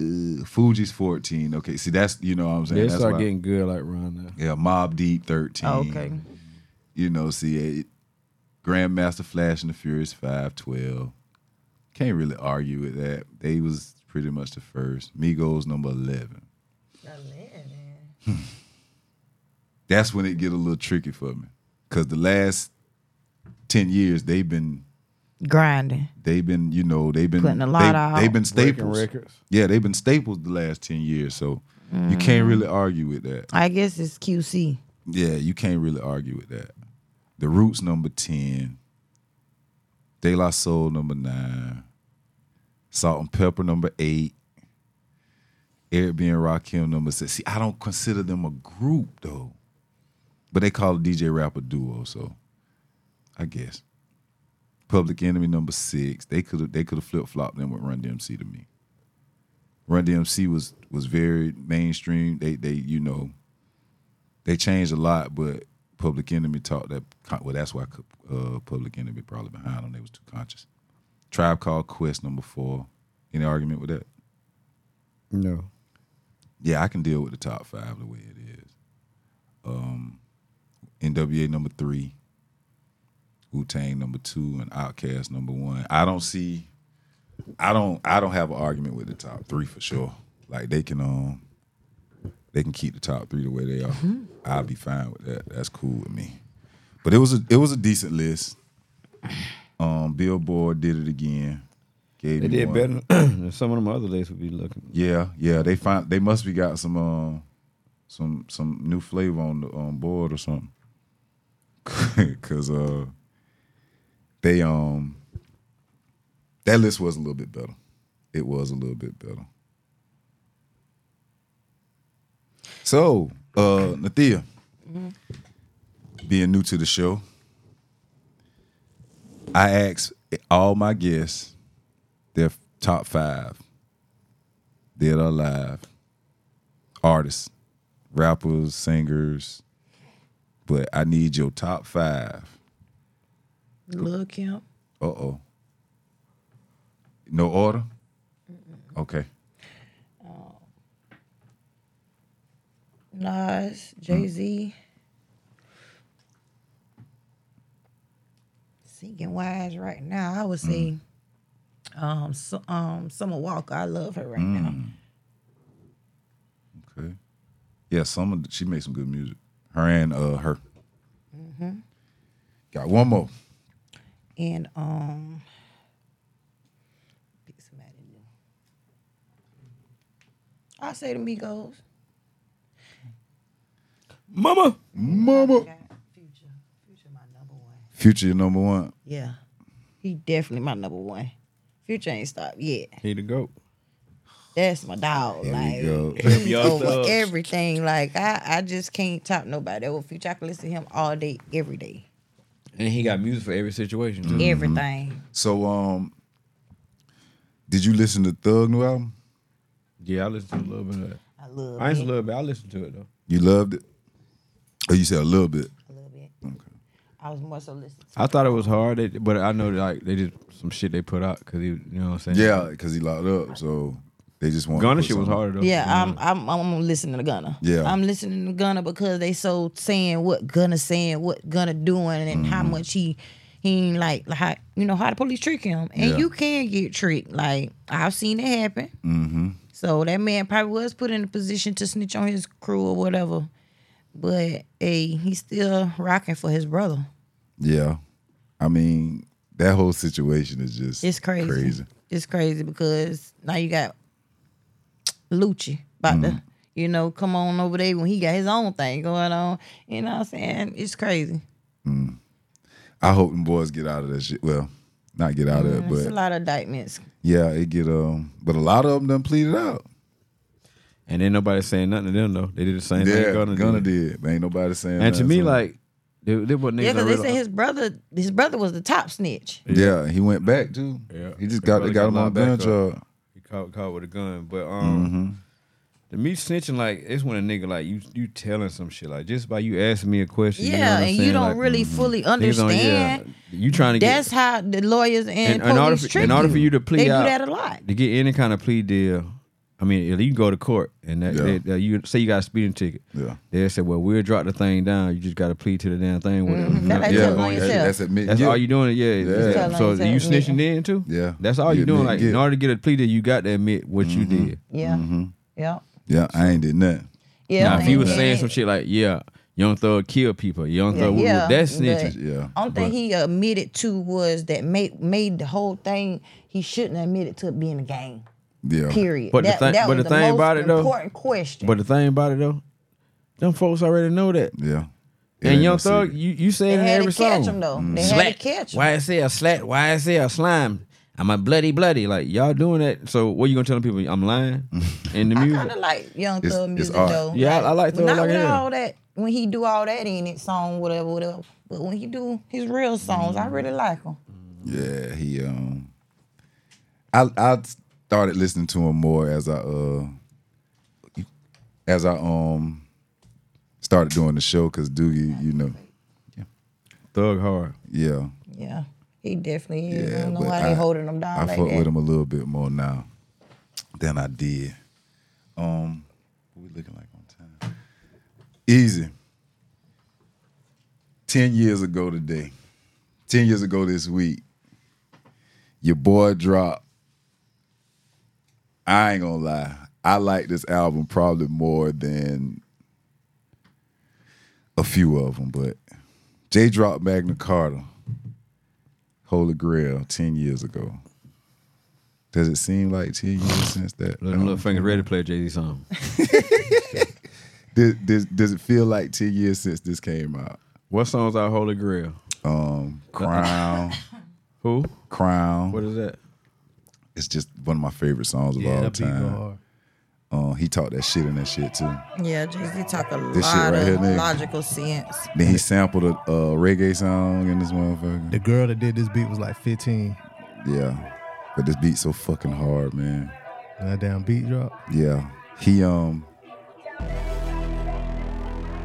S2: Uh, Fuji's 14. Okay, see that's you know what I'm saying.
S4: they
S2: that's
S4: start
S2: why-
S4: getting good like around there.
S2: yeah, Mob Deep 13.
S6: Okay.
S2: You know, see it, Grandmaster Flash and the Furious 5, 12. Can't really argue with that. They was pretty much the first. Migos number *laughs* 11. That's when it get a little tricky for me. Cause the last 10 years they've been
S6: Grinding.
S2: they've been, you know, they've been
S6: Putting a lot out.
S2: they've been
S4: Breaking
S2: staples.
S4: records.
S2: Yeah, they've been staples the last 10 years. So you
S6: Mm.
S2: can't really argue with that.
S6: I guess it's QC.
S2: Yeah, you can't really argue with that. The Roots number 10. De La Soul number 9. Salt and Pepper number 8. Eric B and Rakim number 6. See, I don't consider them a group though. But they call DJ Rap a duo, so I guess. Public Enemy number 6. They could have they could have flip-flopped them with Run DMC to me. Run DMC was was very mainstream. They they you know they changed a lot, but Public Enemy taught that. con- Well, that's why uh, Public Enemy probably behind them. They was too conscious. Tribe Called Quest number four. Any argument with that?
S4: No,
S2: Yeah, I can deal with the top five the way it is. Um, NWA number three, Wu Tang number two, and Outkast number one. I don't see, I don't, I don't have an argument with the top three for sure. Like they can, um, they can keep the top three the way they are. I'll be fine with that. That's cool with me. But it was a, it was a decent list. Um, Billboard did it again. Gave
S4: they
S2: me
S4: did
S2: one.
S4: better than *clears throat* some of them other days would be looking.
S2: Yeah, yeah. They find they must be got some uh, some some new flavor on the on board or something. *laughs* Cause uh they um that list was a little bit better. It was a little bit better. So, uh Nathia, being new to the show, I asked all my guests their top five dead or alive, artists, rappers, singers. But I need your top five.
S6: Lil Kemp,
S2: Uh oh. No order? Okay.
S6: Nas, Jay Z. Singing wise right now, I would say
S2: Mm.
S6: um, so, um, Summer Walker. I love her right now.
S2: Yeah, some of the, she makes some good music. Her and uh her. Got one more.
S6: And um pick somebody new. I say the Migos.
S7: Mama.
S2: Mama.
S6: Future. Future my number one.
S2: Future your number one.
S6: Yeah. He definitely my number one. Future ain't stopped yet.
S4: He the goat.
S6: That's my dog. like
S2: go.
S6: he's
S7: Y'all
S6: over
S7: thugs.
S6: everything. Like I, I just can't top nobody. That was Future. I can listen to him all day, every day.
S4: And he got music for every situation.
S2: Mm-hmm.
S4: Too.
S6: Everything.
S2: *laughs* So um did you listen to Thug new album?
S4: Yeah, I listen to a little bit of that.
S6: I love
S4: I ain't
S6: it.
S4: a little bit. I listen to it though.
S2: You loved it? Oh, you said a little bit.
S6: a little bit. I was more so listening. To
S4: I thought it was hard, they- but I know that, like they did some shit they put out because you know what I'm saying.
S2: Yeah, because he locked up, so they just want
S4: Gunna shit was harder though.
S6: yeah, I'm, I'm I'm listening to Gunna.
S2: Yeah.
S6: I'm listening to Gunna because they so saying what Gunna saying, what Gunna doing, and how much he he ain't like like how you know how the police trick him, and
S2: Yeah.
S6: you can get tricked. Like I've seen it happen. Mm-hmm. So that man probably was put in a position to snitch on his crew or whatever, but hey, he's still rocking for his brother.
S2: Yeah. I mean, that whole situation is just
S6: It's crazy. It's crazy because now you got Lucci about
S4: Mm-hmm.
S6: to, you know, come on over there when he got his own thing going on. You know what I'm saying? It's crazy.
S2: I hope them boys get out of that shit. Well, not get out of it,
S6: It's a
S2: but
S6: lot of indictments.
S2: yeah, it get um but a lot of them done pleaded out.
S4: And ain't nobody saying nothing to them though. They did the same
S2: Yeah,
S4: thing Gunna,
S2: Gunna,
S4: did.
S2: did. But ain't nobody saying
S4: And to
S2: nothing,
S4: me,
S2: so-
S4: like, they, they wasn't niggas
S6: Yeah,
S4: I
S6: because they
S4: really-
S6: said his brother, his brother was the top snitch.
S2: Yeah, he went back too.
S4: Yeah.
S2: He just
S4: He
S2: got
S4: probably
S2: got
S4: got
S2: him on
S4: locked back
S2: bench. Uh,
S4: up. He caught caught with a gun, but um, the me snitching like it's when a nigga like you you telling some shit like just by you asking me a question. you know
S6: Yeah,
S4: what I'm
S6: and you
S4: saying?
S6: don't
S4: Like, mm-hmm.
S6: really fully
S4: niggas don't-
S6: understand.
S4: yeah, you trying to
S6: That's
S4: get
S6: how the lawyers and,
S4: in order
S6: police
S4: for,
S6: trick
S4: in order for you to plead
S6: they
S4: out,
S6: do that a lot.
S4: to get any kind of plea deal. I mean, if you go to court and that,
S2: Yeah.
S4: they- that you say you got a speeding ticket.
S2: Yeah.
S4: They say, well, we'll drop the thing down. You just got to plead to the damn thing. Whatever.
S6: That like
S2: yeah,
S6: telling on
S2: that's,
S6: yourself.
S2: that's admit.
S4: That's
S2: yeah.
S4: all you doing. Yeah.
S2: Telling
S4: So
S6: on
S4: you
S6: yourself,
S4: snitching then too.
S2: Yeah. Mm-hmm.
S4: That's all
S2: You
S4: you doing.
S2: admit
S4: Like
S2: guilt.
S4: in order to get a plea deal, you got to admit what you did.
S6: Yeah,
S4: Mm-hmm.
S6: yeah,
S2: Yeah, I ain't did nothing.
S6: yeah.
S4: Now, if you was
S6: and-
S4: saying some shit like, yeah, Young Thug killed people, Young Thug, woo-woo,
S6: yeah,
S4: that's
S6: but-
S4: snitching.
S2: Yeah,
S6: Only thing
S4: But-
S6: he admitted to was that made made the whole thing. He shouldn't admit it to it being a gang.
S2: yeah.
S6: Period.
S4: But the
S6: that,
S4: thing-
S6: that
S4: but
S6: was
S4: the thing
S6: most
S4: about it, though-
S6: important question.
S4: But the thing about it though, them folks already know that.
S2: Yeah. It ain't
S4: and
S2: no
S4: Young Thug,
S2: secret.
S4: you, you said
S6: they
S4: it in
S6: had
S4: every
S6: to catch
S4: song. Mm.
S6: him though. They had to catch him.
S4: Why is it a slat? Why is it a slime? I'm a bloody bloody. Like y'all doing that. So what you gonna tell them people? I'm *laughs* lying in the
S6: I
S4: music.
S6: kind of like Young
S2: It's-
S6: Thug
S2: it's
S6: music
S2: art.
S6: though.
S4: Yeah, I- I like Thug
S6: but Not
S4: like
S6: with
S4: hell.
S6: all that when he do all that in it song whatever whatever. But when he do his real songs, I really like him.
S2: Yeah, he um I I started listening to him more as I uh as I um started doing the show cuz Doogie, you know.
S4: Thug hard.
S2: Yeah.
S6: Yeah, he definitely is.
S2: Yeah,
S6: I don't know
S2: but
S6: why they
S2: I-
S6: holding him down
S2: I
S6: like
S2: fuck
S6: that.
S2: with him a little bit more now than I did. Um what we looking like on time. Easy. 10 years ago today. 10 years ago this week. Your boy dropped I ain't gonna lie. I like this album probably more than a few of them, but J dropped Magna Carta, Holy Grail, 10 years ago. Does it seem like 10 years since that?
S4: Little, little finger ready to play a Jay Z song.
S2: Does, does, does it feel like 10 years since this came out?
S4: what song's our holy grail?
S2: Um, Crown,
S4: Who?
S2: Crown.
S4: What is that?
S2: It's just one of my favorite songs of all
S5: that beat go
S2: time.
S5: hard.
S2: Uh, he taught that shit and that shit too.
S6: Yeah, Jay Z talk a
S2: This shit
S6: lot
S2: right
S6: of
S2: here, nigga.
S6: logical sense.
S2: Then he sampled a, a reggae song in this motherfucker.
S5: The girl that did this beat was like 15.
S2: Yeah. But this beat so fucking hard, man.
S5: And that damn beat drop.
S2: Yeah. He um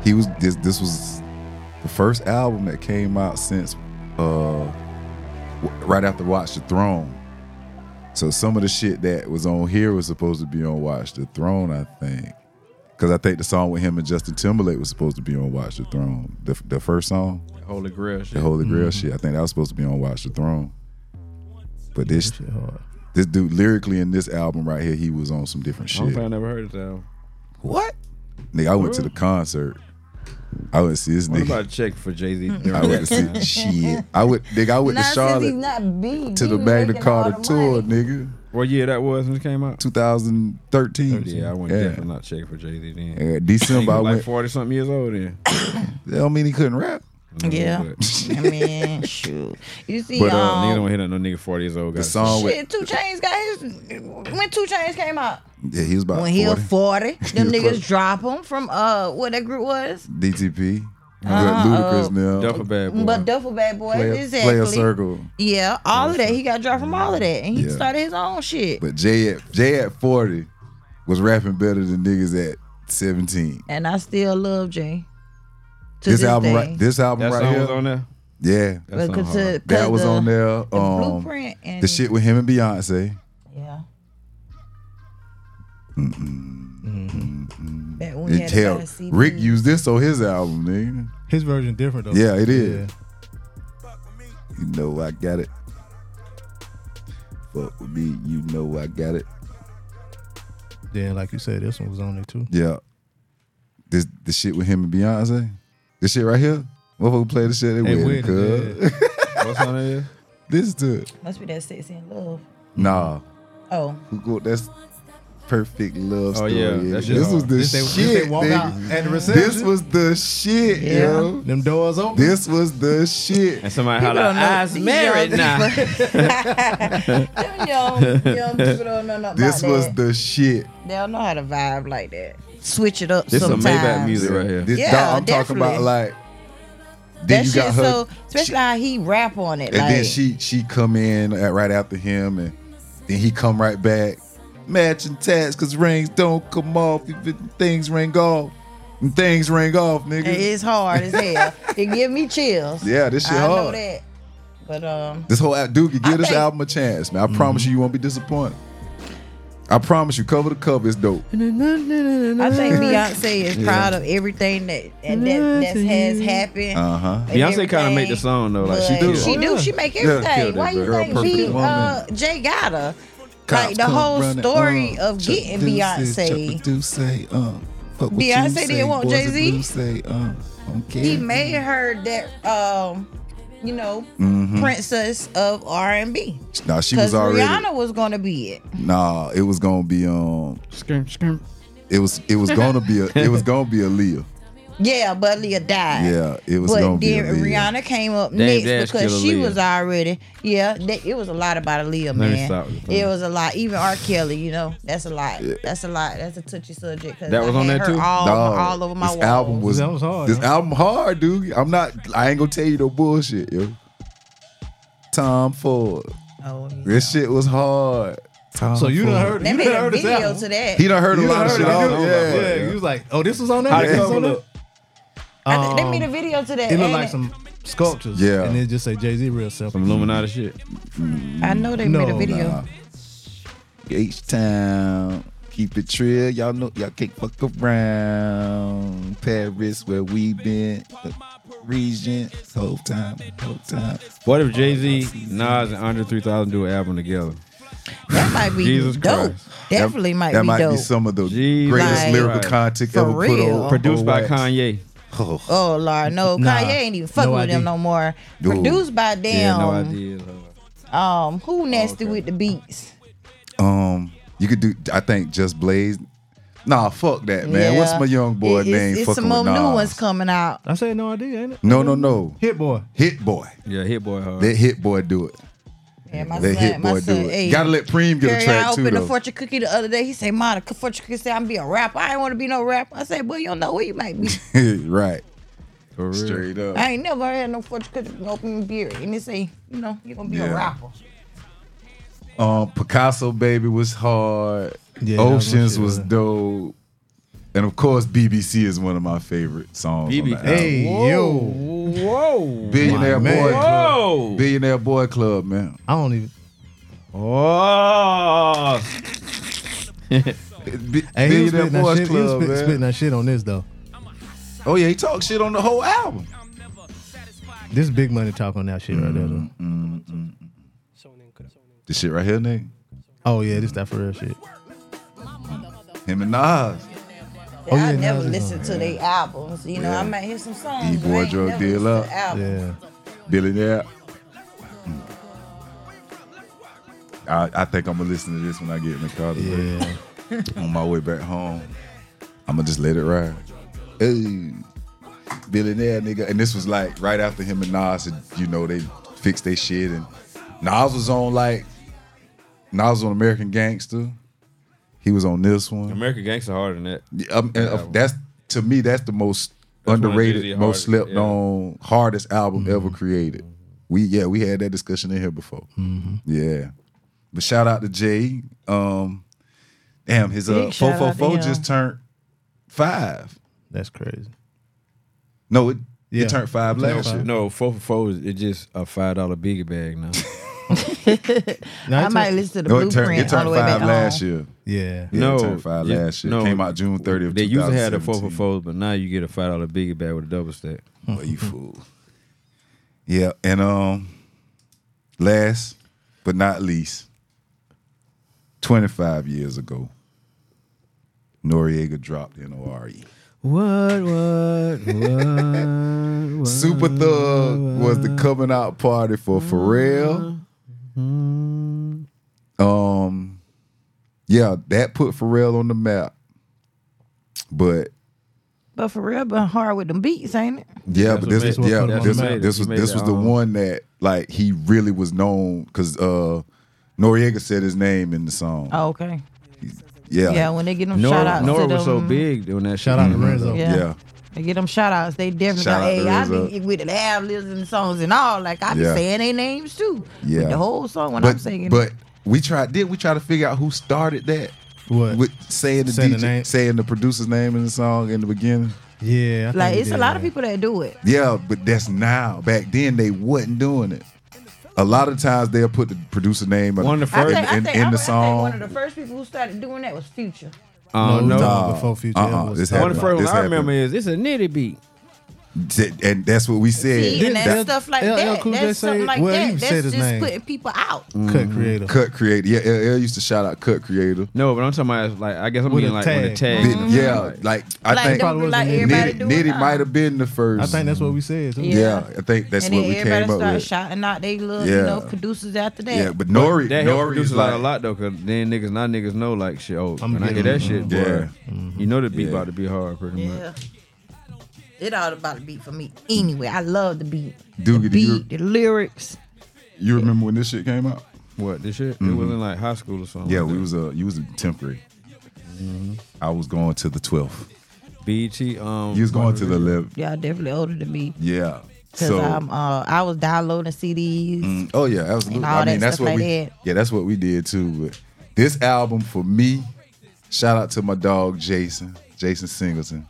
S2: He was this this was the first album that came out since uh w- right after Watch the Throne. So some of the shit that was on here was supposed to be on Watch the Throne, I think. Cause I think the song with him and Justin Timberlake was supposed to be on Watch the Throne. The, the first song,
S4: Holy grail shit.
S2: the Holy Grail
S4: Mm-hmm.
S2: shit, I think that was supposed to be on Watch the Throne. But this
S5: Shit hard.
S2: this dude lyrically in this album right here, he was on some different
S4: I don't
S2: shit.
S4: *laughs* think I never heard of that.
S2: What? Nigga, I went to the concert. I went to see this
S4: I'm
S2: nigga.
S4: about to check for Jay
S6: *laughs*
S4: Z.
S2: *laughs* I went
S4: *laughs*
S2: to see shit. I went, nigga. I went to
S6: Not since he's
S2: Charlotte
S6: not beat.
S2: to
S6: he
S2: the
S6: was
S2: Magna
S6: making all
S2: Carta
S6: the
S2: tour, *laughs*
S6: money.
S2: nigga.
S4: What year that was when it came out?
S2: 2013.
S4: Yeah, I went
S2: yeah.
S4: definitely not checking for Jay Z then. *laughs*
S2: Yeah, December, I
S4: like
S2: went.
S4: forty something years old
S6: *laughs*
S4: then.
S2: That don't mean he couldn't rap.
S6: Yeah.
S4: But,
S6: I mean, shoot. You see,
S4: but uh, nigga
S6: um,
S4: don't hit no nigga forty years old.
S2: The
S4: got
S2: song with
S6: shit, Two Chains got his. When Two Chains came out,
S2: yeah, he was about
S6: when he
S2: 40.
S6: was forty,
S2: *laughs*
S6: them
S2: He was 40.
S6: niggas drop him from uh what that group was.
S2: DTP. We
S6: Uh-huh,
S2: got Ludacris
S6: uh,
S2: now.
S4: Duff a bad boy.
S6: But Duffel Bag Boy,
S2: Player,
S6: exactly.
S2: player circle.
S6: Yeah, all of that. He got dropped from all of that, and he
S2: Yeah.
S6: started his own shit.
S2: But Jay at Jay at 40 was rapping better than niggas at 17.
S6: and I still love Jay. To
S2: This
S6: this,
S2: album,
S6: day.
S2: right, this album
S4: that
S2: right
S4: song
S2: here,
S4: was on there.
S2: yeah,
S4: That song
S6: Because
S4: hard.
S6: to-
S2: that
S6: 'cause
S2: was
S6: the-
S2: on there.
S6: the
S2: um,
S6: blueprint and
S2: the shit with him and Beyonce.
S6: Yeah. Back when we
S2: And
S6: had
S2: hell,
S6: to buy a
S2: Rick
S6: CD.
S2: used this on his album, nigga.
S5: His version different though.
S2: Yeah, it is. You know I got it. Fuck with me, you know I got it.
S5: Yeah. Then, like you said, this one was on there too.
S2: Yeah. This the shit with him and Beyonce. This shit right here. Motherfucker play the shit they
S5: They
S2: with.
S5: with it,
S2: *laughs* cuz.
S4: What song that is?
S2: This to it.
S6: Must be that sexy in love.
S2: Nah.
S6: Oh,
S2: Who go that's perfect love
S4: Oh,
S2: story.
S4: yeah, that
S2: nigga.
S4: shit
S2: this was
S4: hard.
S2: the
S5: This they- this
S2: shit.
S5: they walk out
S2: nigga.
S5: at the
S2: This
S5: reception.
S2: was the shit,
S6: Yeah.
S2: yo.
S5: Them doors open.
S2: This was the shit.
S4: And somebody holler,
S6: don't know.
S4: "Eyes
S6: These
S4: married
S6: young
S4: now."
S6: them young,
S2: *laughs*
S6: young people don't know nothing
S2: This
S6: about
S2: was
S6: that.
S2: the shit.
S6: they don't know how to vibe like that. Switch it up
S4: This some
S6: sometimes.
S4: Maybach music right here.
S2: This,
S6: Yeah,
S2: dog, I'm talking
S6: definitely.
S2: about like then
S6: That
S2: you got
S6: shit
S2: her
S6: so, especially
S2: she-
S6: how he rap on it.
S2: And
S6: like,
S2: then she she come in at, right after him, and then he come right back. Matching tats, cause rings don't come off. If it- things ring off, and things ring off, nigga.
S6: it is hard as hell. it give me chills.
S2: Yeah, this shit
S6: I know
S2: hard.
S6: that. But um,
S2: This whole al- Dookie, give
S6: I
S2: this
S6: think-
S2: album a chance, man. I promise you, you won't be disappointed. I promise you, cover to cover, it's dope.
S6: I think Beyonce is proud of everything that and that that has happened.
S2: Uh huh.
S6: and
S4: Beyonce kind of make
S6: everything.
S4: the song though. Like she
S6: But
S4: do.
S6: She
S2: Oh,
S6: do.
S2: yeah.
S6: She make
S2: Yeah,
S6: everything.
S2: killed
S6: Why
S2: that
S6: you
S2: girl.
S6: think
S2: Perfect
S6: she,
S2: woman.
S6: uh, Jay got her? Like the whole story of
S2: uh,
S6: getting Beyonce. Beyonce didn't want Jay-Z.
S2: Say, uh, okay.
S6: He made her that um, you know, princess of R and B.
S2: Nah, Mm-hmm. she
S6: Because
S2: was already.
S6: Rihanna was gonna be it.
S2: Nah, it was gonna be um. It was it was gonna be a it was gonna be Aaliyah.
S6: Yeah, *laughs* but Leah died.
S2: Yeah, it was gonna
S6: But
S2: be
S6: then
S2: Aaliyah.
S6: Rihanna came up
S4: Dame Dash
S6: next because
S4: killed
S6: she
S4: Aaliyah.
S6: was already yeah. They, it was a lot about Aaliyah,
S4: me
S6: man.
S4: stop with the
S6: It
S4: phone.
S6: was a lot. Even R. Kelly, you know, that's a lot. That's a lot. That's a touchy subject. Cause
S4: That
S6: I
S4: was on
S6: had
S4: there
S6: her
S4: too?
S6: All,
S2: Dog,
S6: all over my
S2: this
S6: wall.
S2: album was
S5: That was hard,
S2: This
S5: huh?
S2: album hard, dude. I'm not. I ain't gonna tell you no bullshit, yo. Tom Ford.
S6: Oh, yeah.
S2: This shit was hard.
S5: So you done heard.
S6: They
S5: you
S6: made
S5: done
S6: a
S5: heard this
S6: video
S5: album.
S6: to that.
S2: He done heard
S5: You
S2: a
S5: done
S2: lot of
S5: heard
S2: shit.
S5: it,
S2: off.
S5: you
S2: Yeah.
S5: done- yeah. You was like, oh, this was on there.
S4: How the
S5: This was
S4: cover
S5: on there?
S4: look?
S6: I th- they
S5: Um,
S6: made a video to that.
S5: It looked
S6: ain't
S5: like some sculptures.
S2: Yeah.
S5: And it just say Jay Z real simple.
S4: Some Illuminati shit.
S6: I know they made
S5: No,
S6: a video.
S2: nah. H Town. Keep it real, y'all know y'all can't fuck around. Paris, where we been, region, whole time, whole time.
S4: What if Jay Z, Nas, and Andre 3000 do an album together?
S6: That might be
S4: Jesus
S6: dope.
S4: Christ.
S6: Definitely might
S2: that
S6: be
S2: might
S6: dope.
S2: be some of the
S4: Jesus
S2: greatest
S6: Christ.
S2: lyrical content
S6: For
S2: ever put
S6: real.
S2: on.
S4: Produced
S2: on
S4: by
S2: wax.
S4: Kanye.
S6: oh Lord, no,
S5: Nah.
S6: Kanye ain't even fucking
S5: No
S6: with them
S5: idea.
S6: no more.
S2: Dude.
S6: Produced by damn
S4: Yeah, no idea.
S6: um
S2: Oh,
S6: who nasty with the beats.
S2: Um, you could do. I think just Blaze. Nah, fuck that, man. What's
S6: Yeah.
S2: my young boy
S6: It- it's-
S2: name?
S6: It's,
S2: fucking
S6: some more
S2: with
S6: new
S2: Nas?
S6: ones coming out.
S5: I said no idea, ain't it?
S2: No, no, no.
S5: Hit boy.
S2: Hit boy.
S4: Yeah, Hit Boy hard.
S2: Let Hit boy do it.
S6: And my
S2: Let
S6: son,
S2: Hit
S6: my
S2: boy do
S6: son,
S2: it.
S6: hey,
S2: Gotta let Preem get a
S6: Gary, I
S2: track too
S6: opened a
S2: though.
S6: fortune cookie the other day. He said, "Ma, the fortune cookie said I'm be a rapper. I ain't want to be no rapper." I said, "Boy, you don't know where you might
S2: *laughs*
S6: be.
S2: right.
S4: For real.
S2: Straight up.
S6: I ain't never had no fortune cookie open beer, and they say, you know, you gonna be
S2: Yeah.
S6: a rapper."
S2: Um, Picasso baby was hard.
S5: Yeah, that was my
S2: Oceans
S5: shit,
S2: was
S5: man.
S2: dope. And of course, BBC is one of my favorite songs. on
S4: BB.
S2: the album.
S5: Hey yo.
S4: Whoa.
S2: Billionaire
S5: my
S2: Boy
S5: man.
S2: Club.
S4: Whoa.
S2: Billionaire Boy Club, man.
S5: I don't even.
S4: Oh.
S2: Bi-
S5: Hey, he was
S2: Billionaire
S5: spitting that
S2: Boys
S5: shit. He was
S2: Club,
S5: spit-
S2: man.
S5: spitting that shit on this though.
S2: Oh yeah, he talked shit on the whole album.
S5: This big money talk on that shit right there. Though.
S2: This shit right here, nigga.
S5: Oh yeah, this that for real shit.
S2: Him and Nas.
S5: Oh, yeah,
S6: I
S5: no,
S6: never
S5: no, no.
S6: listened to their albums. You know, I might hear some songs.
S2: E-boy
S6: but I ain't
S2: drug
S6: never
S2: deal
S6: listened
S2: up.
S6: to albums.
S5: Yeah.
S2: Billionaire. Hmm. I, I think I'm gonna listen to this when I get in the car today.
S5: Yeah.
S2: on my way back home. I'm gonna just let it ride. Hey, billionaire nigga. And this was like right after him and Nas had, you know, they fixed their shit. And Nas was on like, Nas was on American Gangster. He was on this one.
S4: American Gangster harder than that.
S2: Um, and, uh, that's to me, that's the most
S4: That's one of Jay-Z
S2: underrated, most
S4: hardest,
S2: slept
S4: yeah.
S2: on, hardest album ever created. We yeah, we had that discussion in here before. Yeah, but shout out to Jay. Um, damn, his uh
S6: Big shout
S2: four
S6: out
S2: four four
S6: to him.
S2: just turned five.
S5: That's crazy.
S2: No, it,
S5: Yeah.
S2: it turned five last
S5: five.
S2: year.
S4: No, four for four is it's just a five dollar biggie bag now.
S5: Now,
S6: I
S5: it's
S6: might
S5: a-
S6: listen to
S2: No, it turned,
S6: Blueprint
S2: it
S6: all
S2: turned
S6: the way
S2: five
S6: back
S2: last
S6: home.
S5: Yeah.
S2: year. Yeah, it turned five
S4: you-
S2: last year. Came out June 30th,
S4: They used to have the four for
S2: 2017.
S4: fours, but now you get a five dollar biggie bag with a double stack.
S2: Well, you fool. Yeah, and um, last but not least, 25 years ago, Noriega dropped NORE.
S4: What? What? What?
S2: *laughs*
S4: what?
S2: Super Thug was the coming out party for Pharrell. Um, yeah, that put Pharrell on the map. But
S6: But for real, been hard with them beats, ain't it?
S2: Yeah,
S4: That's
S2: but
S4: what
S2: this,
S4: made-
S2: was yeah,
S5: that's
S2: but
S5: what
S2: this,
S5: made
S4: it.
S2: this
S4: He
S2: was
S4: made
S2: this
S4: it,
S2: was the
S4: um,
S2: one that like he really was known because uh, Noriega said his name in the song.
S6: Oh, okay.
S2: yeah,
S6: Yeah,
S2: yeah,
S6: when they get them shout
S4: Nora,
S6: outs.
S4: Nora
S6: to
S4: was so
S6: them-
S4: big when that
S5: Shout out
S2: Mm-hmm.
S5: to Renzo.
S6: Yeah. They get them shout outs. They definitely
S2: Shout
S6: got,
S2: out to
S6: hey, I be
S2: Rizzo.
S6: with the ad libs and songs and all. Like, I be
S2: Yeah.
S6: saying their names too.
S2: Yeah.
S6: With the whole song when
S2: But
S6: I'm singing.
S2: but we tried did we try to figure out who started that
S5: What?
S2: with saying the
S5: Saying the
S2: DJ,
S5: name?
S2: saying the producer's name in the song in the beginning.
S5: Yeah. I think
S6: like,
S5: we
S6: it's a
S5: did
S6: lot of
S5: that.
S6: people that do it.
S2: Yeah, but that's now. Back then they wasn't doing it. A lot of times they'll put the producer name or-
S4: One of the
S2: in,
S6: I
S4: first-
S6: think, I
S2: in-
S6: think,
S2: in
S6: I
S2: the
S6: think
S2: song.
S6: one of the first people who started doing that was Future.
S4: Oh
S5: No,
S4: no.
S5: no.
S2: Nah,
S5: before Future
S2: uh-uh,
S5: ever was
S2: this
S5: talking
S4: One of
S2: happened.
S4: the first ones
S2: This
S4: I remember
S2: happened.
S4: is it's a nitty beat.
S2: and that's what we said.
S6: See, and
S5: Didn't
S6: that's
S5: L-
S6: stuff like
S5: LL
S6: that.
S5: Cool J
S6: That's
S5: say-
S6: something like
S5: well, he
S6: that.
S5: said
S6: That's
S5: his
S6: just
S5: name.
S6: putting people out.
S5: Cut creator.
S2: Cut creator. Yeah, LL used to shout out cut creator.
S4: No, but I'm talking about like I guess I'm
S5: With
S4: meaning
S5: a
S4: like when the
S5: tag.
S4: tag.
S2: Did- Yeah, like I
S6: Mm-hmm. like,
S5: probably
S2: think
S6: don't,
S5: was
S6: like
S5: the
S6: everybody
S2: Nitty,
S6: doing
S2: Nitty
S6: that.
S2: might have been the first.
S5: I think that's what we said. Too.
S6: Yeah.
S2: yeah, I think that's
S6: And
S2: what
S6: then
S2: we
S6: everybody
S2: came up
S6: started
S2: with.
S6: shouting out they little, you
S2: Yeah.
S6: know, producers after that.
S2: Yeah, but Nori,
S4: That helped
S2: Nori is
S4: producers
S2: like
S4: out a lot though, cause then niggas, now niggas know like shit. Oh,
S5: I'm
S4: when I
S5: getting Mm-hmm.
S4: get that shit, boy,
S2: Yeah.
S4: you know the beat
S2: Yeah.
S4: about to be hard, pretty much.
S6: Yeah. It all about the beat for me. Anyway, I love the beat. the
S2: Doogie, do you-
S6: beat, the lyrics.
S2: You remember when this shit came out?
S4: What this shit? It was in like high school or
S2: Mm-hmm.
S4: something.
S2: Yeah,
S4: like
S2: we
S4: that.
S2: was uh you was in tenth grade.
S4: Mm-hmm.
S2: I was going to the twelfth.
S4: BT. Um,
S2: You was going to the eleventh.
S6: Y'all definitely older than me.
S2: Yeah.
S6: Cause
S2: So
S6: I'm uh I was downloading CDs.
S2: Mm, oh yeah, absolutely.
S6: And all
S2: I mean,
S6: that
S2: that's
S6: stuff
S2: what
S6: like
S2: we.
S6: that.
S2: Yeah, that's what we did too. But this album for me, shout out to my dog Jason, Jason Singleton.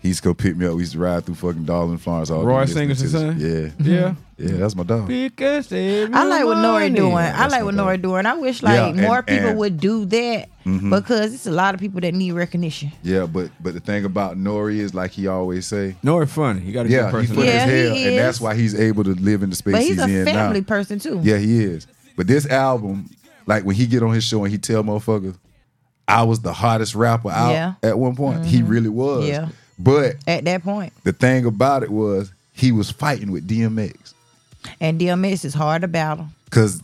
S2: He's go pick me up. We used to ride through fucking Darlin Florence all day
S4: Roy
S2: listening to
S4: Singleton's
S2: this- Yeah, *laughs*
S4: Yeah. *laughs*
S2: yeah, that's my dog.
S4: Because
S6: I like what Nori doing. I
S2: that's
S6: like
S2: my
S6: what
S2: dog.
S6: Nori doing. I wish like
S2: Yeah,
S6: more
S2: and-
S6: people
S2: and- Mm-hmm.
S6: would do that because it's a lot of people that need recognition.
S2: Yeah, but but the thing about Nori is like he always say.
S4: Nori funny. He got a
S2: Yeah,
S4: good
S2: he's funny
S4: personality.
S6: Yeah,
S2: as hell,
S6: he
S2: and that's
S6: is.
S2: why he's able to live in the space
S6: But he's a
S2: in now.
S6: family person too.
S2: Yeah, he is. But this album, like when he get on his show and he tell motherfuckers, I was the hottest rapper out
S6: Yeah. Mm-hmm.
S2: at one point. He really was.
S6: Yeah.
S2: But
S6: At that point.
S2: the thing about it was he was fighting with DMX.
S6: And DMX is hard to battle.
S2: Cause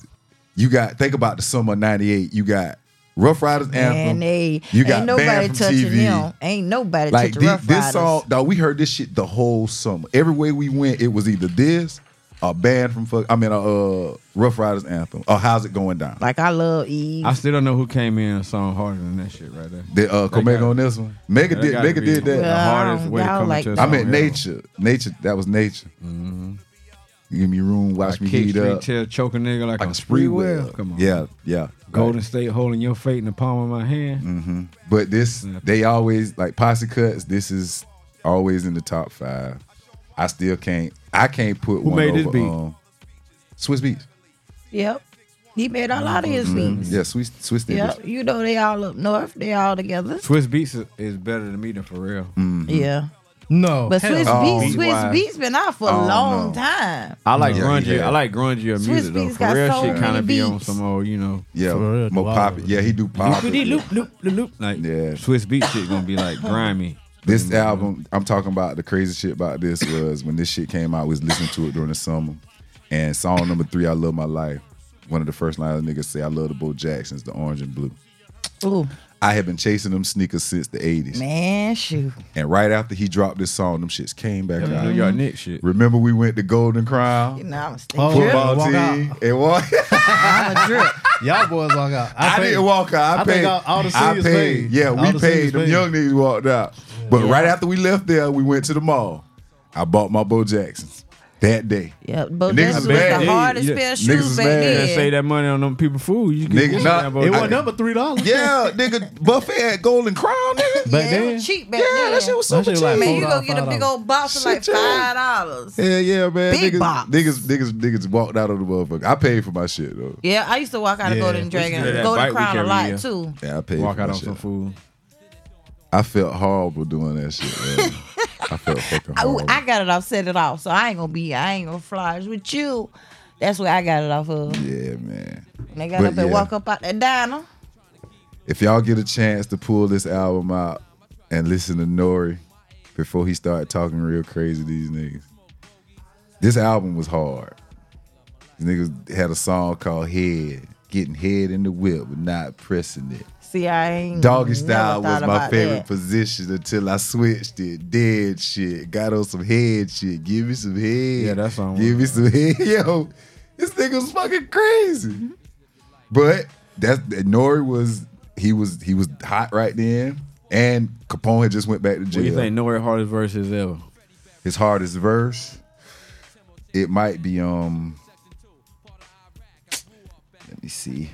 S2: you got think about the summer of ninety-eight, you got Rough Riders Anthem.
S6: And they
S2: you got
S6: ain't nobody
S2: banned from
S6: touching
S2: TV.
S6: him. Ain't nobody
S2: Like
S6: touching
S2: thi-
S6: Rough
S2: this
S6: Riders.
S2: song, dog, we heard this shit the whole summer. Everywhere we went, it was either this or banned from fuck. I mean, uh, uh, Rough Riders Anthem or How's It Going Down?
S6: like I love Eve.
S4: I still don't know who came in and song harder than that shit right there.
S2: The uh, Comega
S4: gotta-
S2: on this one. Mega
S4: That
S2: did.
S4: gotta
S2: Mega
S4: be
S2: did that.
S6: Well,
S4: The hardest
S6: I
S4: way to
S6: don't
S4: come
S6: like
S4: into a
S6: that.
S2: I
S4: song
S2: meant
S4: ever.
S2: nature. Nature. That was nature. You give me room. Watch
S4: Mm-hmm. Like
S2: me
S4: kick
S2: heat
S4: street
S2: up.
S4: tail, choke a nigga like,
S2: like
S4: a
S2: a spree
S4: wheel.
S2: wheel.
S4: Come on.
S2: Yeah. Yeah.
S4: Golden State holding your fate in the palm of my hand.
S2: Mm. But this, they always like posse cuts. This is always in the top five. I still can't. I can't put
S4: Who
S2: one
S4: made this
S2: over,
S4: beat?
S2: Um, Swiss Beats.
S6: Yep. He made all out of his
S4: Mm-hmm.
S6: beats.
S2: Yeah, Swiss Swiss did this.
S6: Yep. You know they all up north. They all together.
S2: Mm. Mm-hmm.
S4: Swiss Beats is, is better than me than Pharrell.
S6: Yeah.
S5: No.
S6: But Swiss
S2: no.
S6: Beats, Swiss
S4: Beat-wise.
S6: Beats been out for a
S2: Oh,
S6: long
S2: no.
S6: time.
S4: I like
S2: Yeah,
S4: grunge.
S2: yeah.
S4: I like grunge your
S6: Swiss
S4: music though.
S6: Beats
S4: For
S6: got
S4: real
S6: so
S4: shit, kind
S6: many
S4: of be on
S6: beats.
S4: some old, you know.
S2: Yeah,
S5: For real,
S2: more
S5: wow.
S2: pop. Yeah, *laughs* he do pop.
S4: Loop, loop, loop, loop. Like
S2: Yeah.
S4: Swiss beat shit gonna be like grimy.
S2: This album, I'm talking about the crazy shit about this was when this shit came out, I was listening to it during the summer. And song number three, I Love My Life. One of the first lines niggas say, I love the Bo Jacksons, the orange and blue.
S6: Ooh,
S2: I have been chasing them sneakers since the 80s.
S6: man, shoot.
S2: And right after he dropped this song, them shits came back
S4: That New
S2: out.
S4: York Knicks shit.
S2: Remember we went to Golden
S6: You
S2: Crown?
S6: know, I was
S5: Oh,
S6: thinking,
S5: yeah.
S2: Football
S5: Walk
S2: team. It *laughs* was
S6: I'm a drip.
S5: Y'all boys walk out.
S2: I,
S5: paid-
S2: didn't walk out. I,
S5: I
S2: paid.
S5: think all- all the
S2: I
S5: seniors paid.
S2: Yeah,
S5: All
S2: we
S5: the
S2: paid.
S5: seniors
S2: Them
S5: paid.
S2: young niggas walked out. But right after we left there, we went to the mall. I bought my Bo Jacksons that day.
S6: Yeah, but
S2: Niggas
S6: this
S2: was
S6: was
S2: mad.
S6: the hardest
S4: Yeah,
S6: pair of
S2: niggas was
S6: shoes back
S2: mad.
S4: Yeah. Say
S6: then.
S4: that money on them people food. You can
S2: Nigga,
S4: get
S2: nah,
S4: that
S5: It
S4: vote.
S5: wasn't number three dollars. *laughs*
S2: Yeah, nigga, buffet at Golden Crown, nigga.
S5: Back
S6: yeah, it
S5: then.
S6: was cheap back
S2: Yeah,
S6: then.
S2: that shit was super
S5: shit
S2: cheap.
S5: like
S6: Man, you
S5: Hold
S6: go
S5: on,
S6: get a
S5: hold
S6: big
S5: on.
S6: old box for like
S2: Shit, yeah.
S6: five dollars.
S2: Yeah, yeah, man.
S6: Big
S2: niggas,
S6: box.
S2: niggas, niggas, niggas walked out of the motherfucker. I paid for my shit though.
S6: Yeah, I used to walk out of
S5: Yeah,
S6: Golden Dragon,
S4: do that bike
S6: Golden Crown a
S4: week
S6: lot
S4: every year.
S6: too.
S2: Yeah, I paid
S4: Walk
S2: for
S4: out
S2: my
S4: on
S2: shit.
S4: some food.
S2: I felt horrible doing that
S5: *laughs*
S2: shit. Man. I felt fucking
S6: Oh,
S2: horrible.
S6: I got it off, set it off. So I ain't gonna be, I ain't gonna flies with you. That's where I got it off of.
S2: yeah, man.
S6: And they got
S2: But
S6: up and
S2: yeah.
S6: walk up out that diner.
S2: If y'all get a chance to pull this album out and listen to Nori before he started talking real crazy to these niggas, this album was hard. These niggas had a song called Head, getting head in the whip, but not pressing it.
S6: See, I ain't
S2: Doggy
S6: Mm, never
S2: style was
S6: thought
S2: my
S6: about
S2: favorite
S6: that.
S2: position until I switched it. Dead shit. Got on some head shit. Give me some head. Yeah,
S4: that song
S2: Give me some head. *laughs* Yo, this nigga was fucking crazy. But that's that Nori was he was he was hot right then. And Capone had just went back to
S4: What
S2: jail.
S4: you think Nori hardest verses ever?
S2: His hardest verse. It might be um let me see.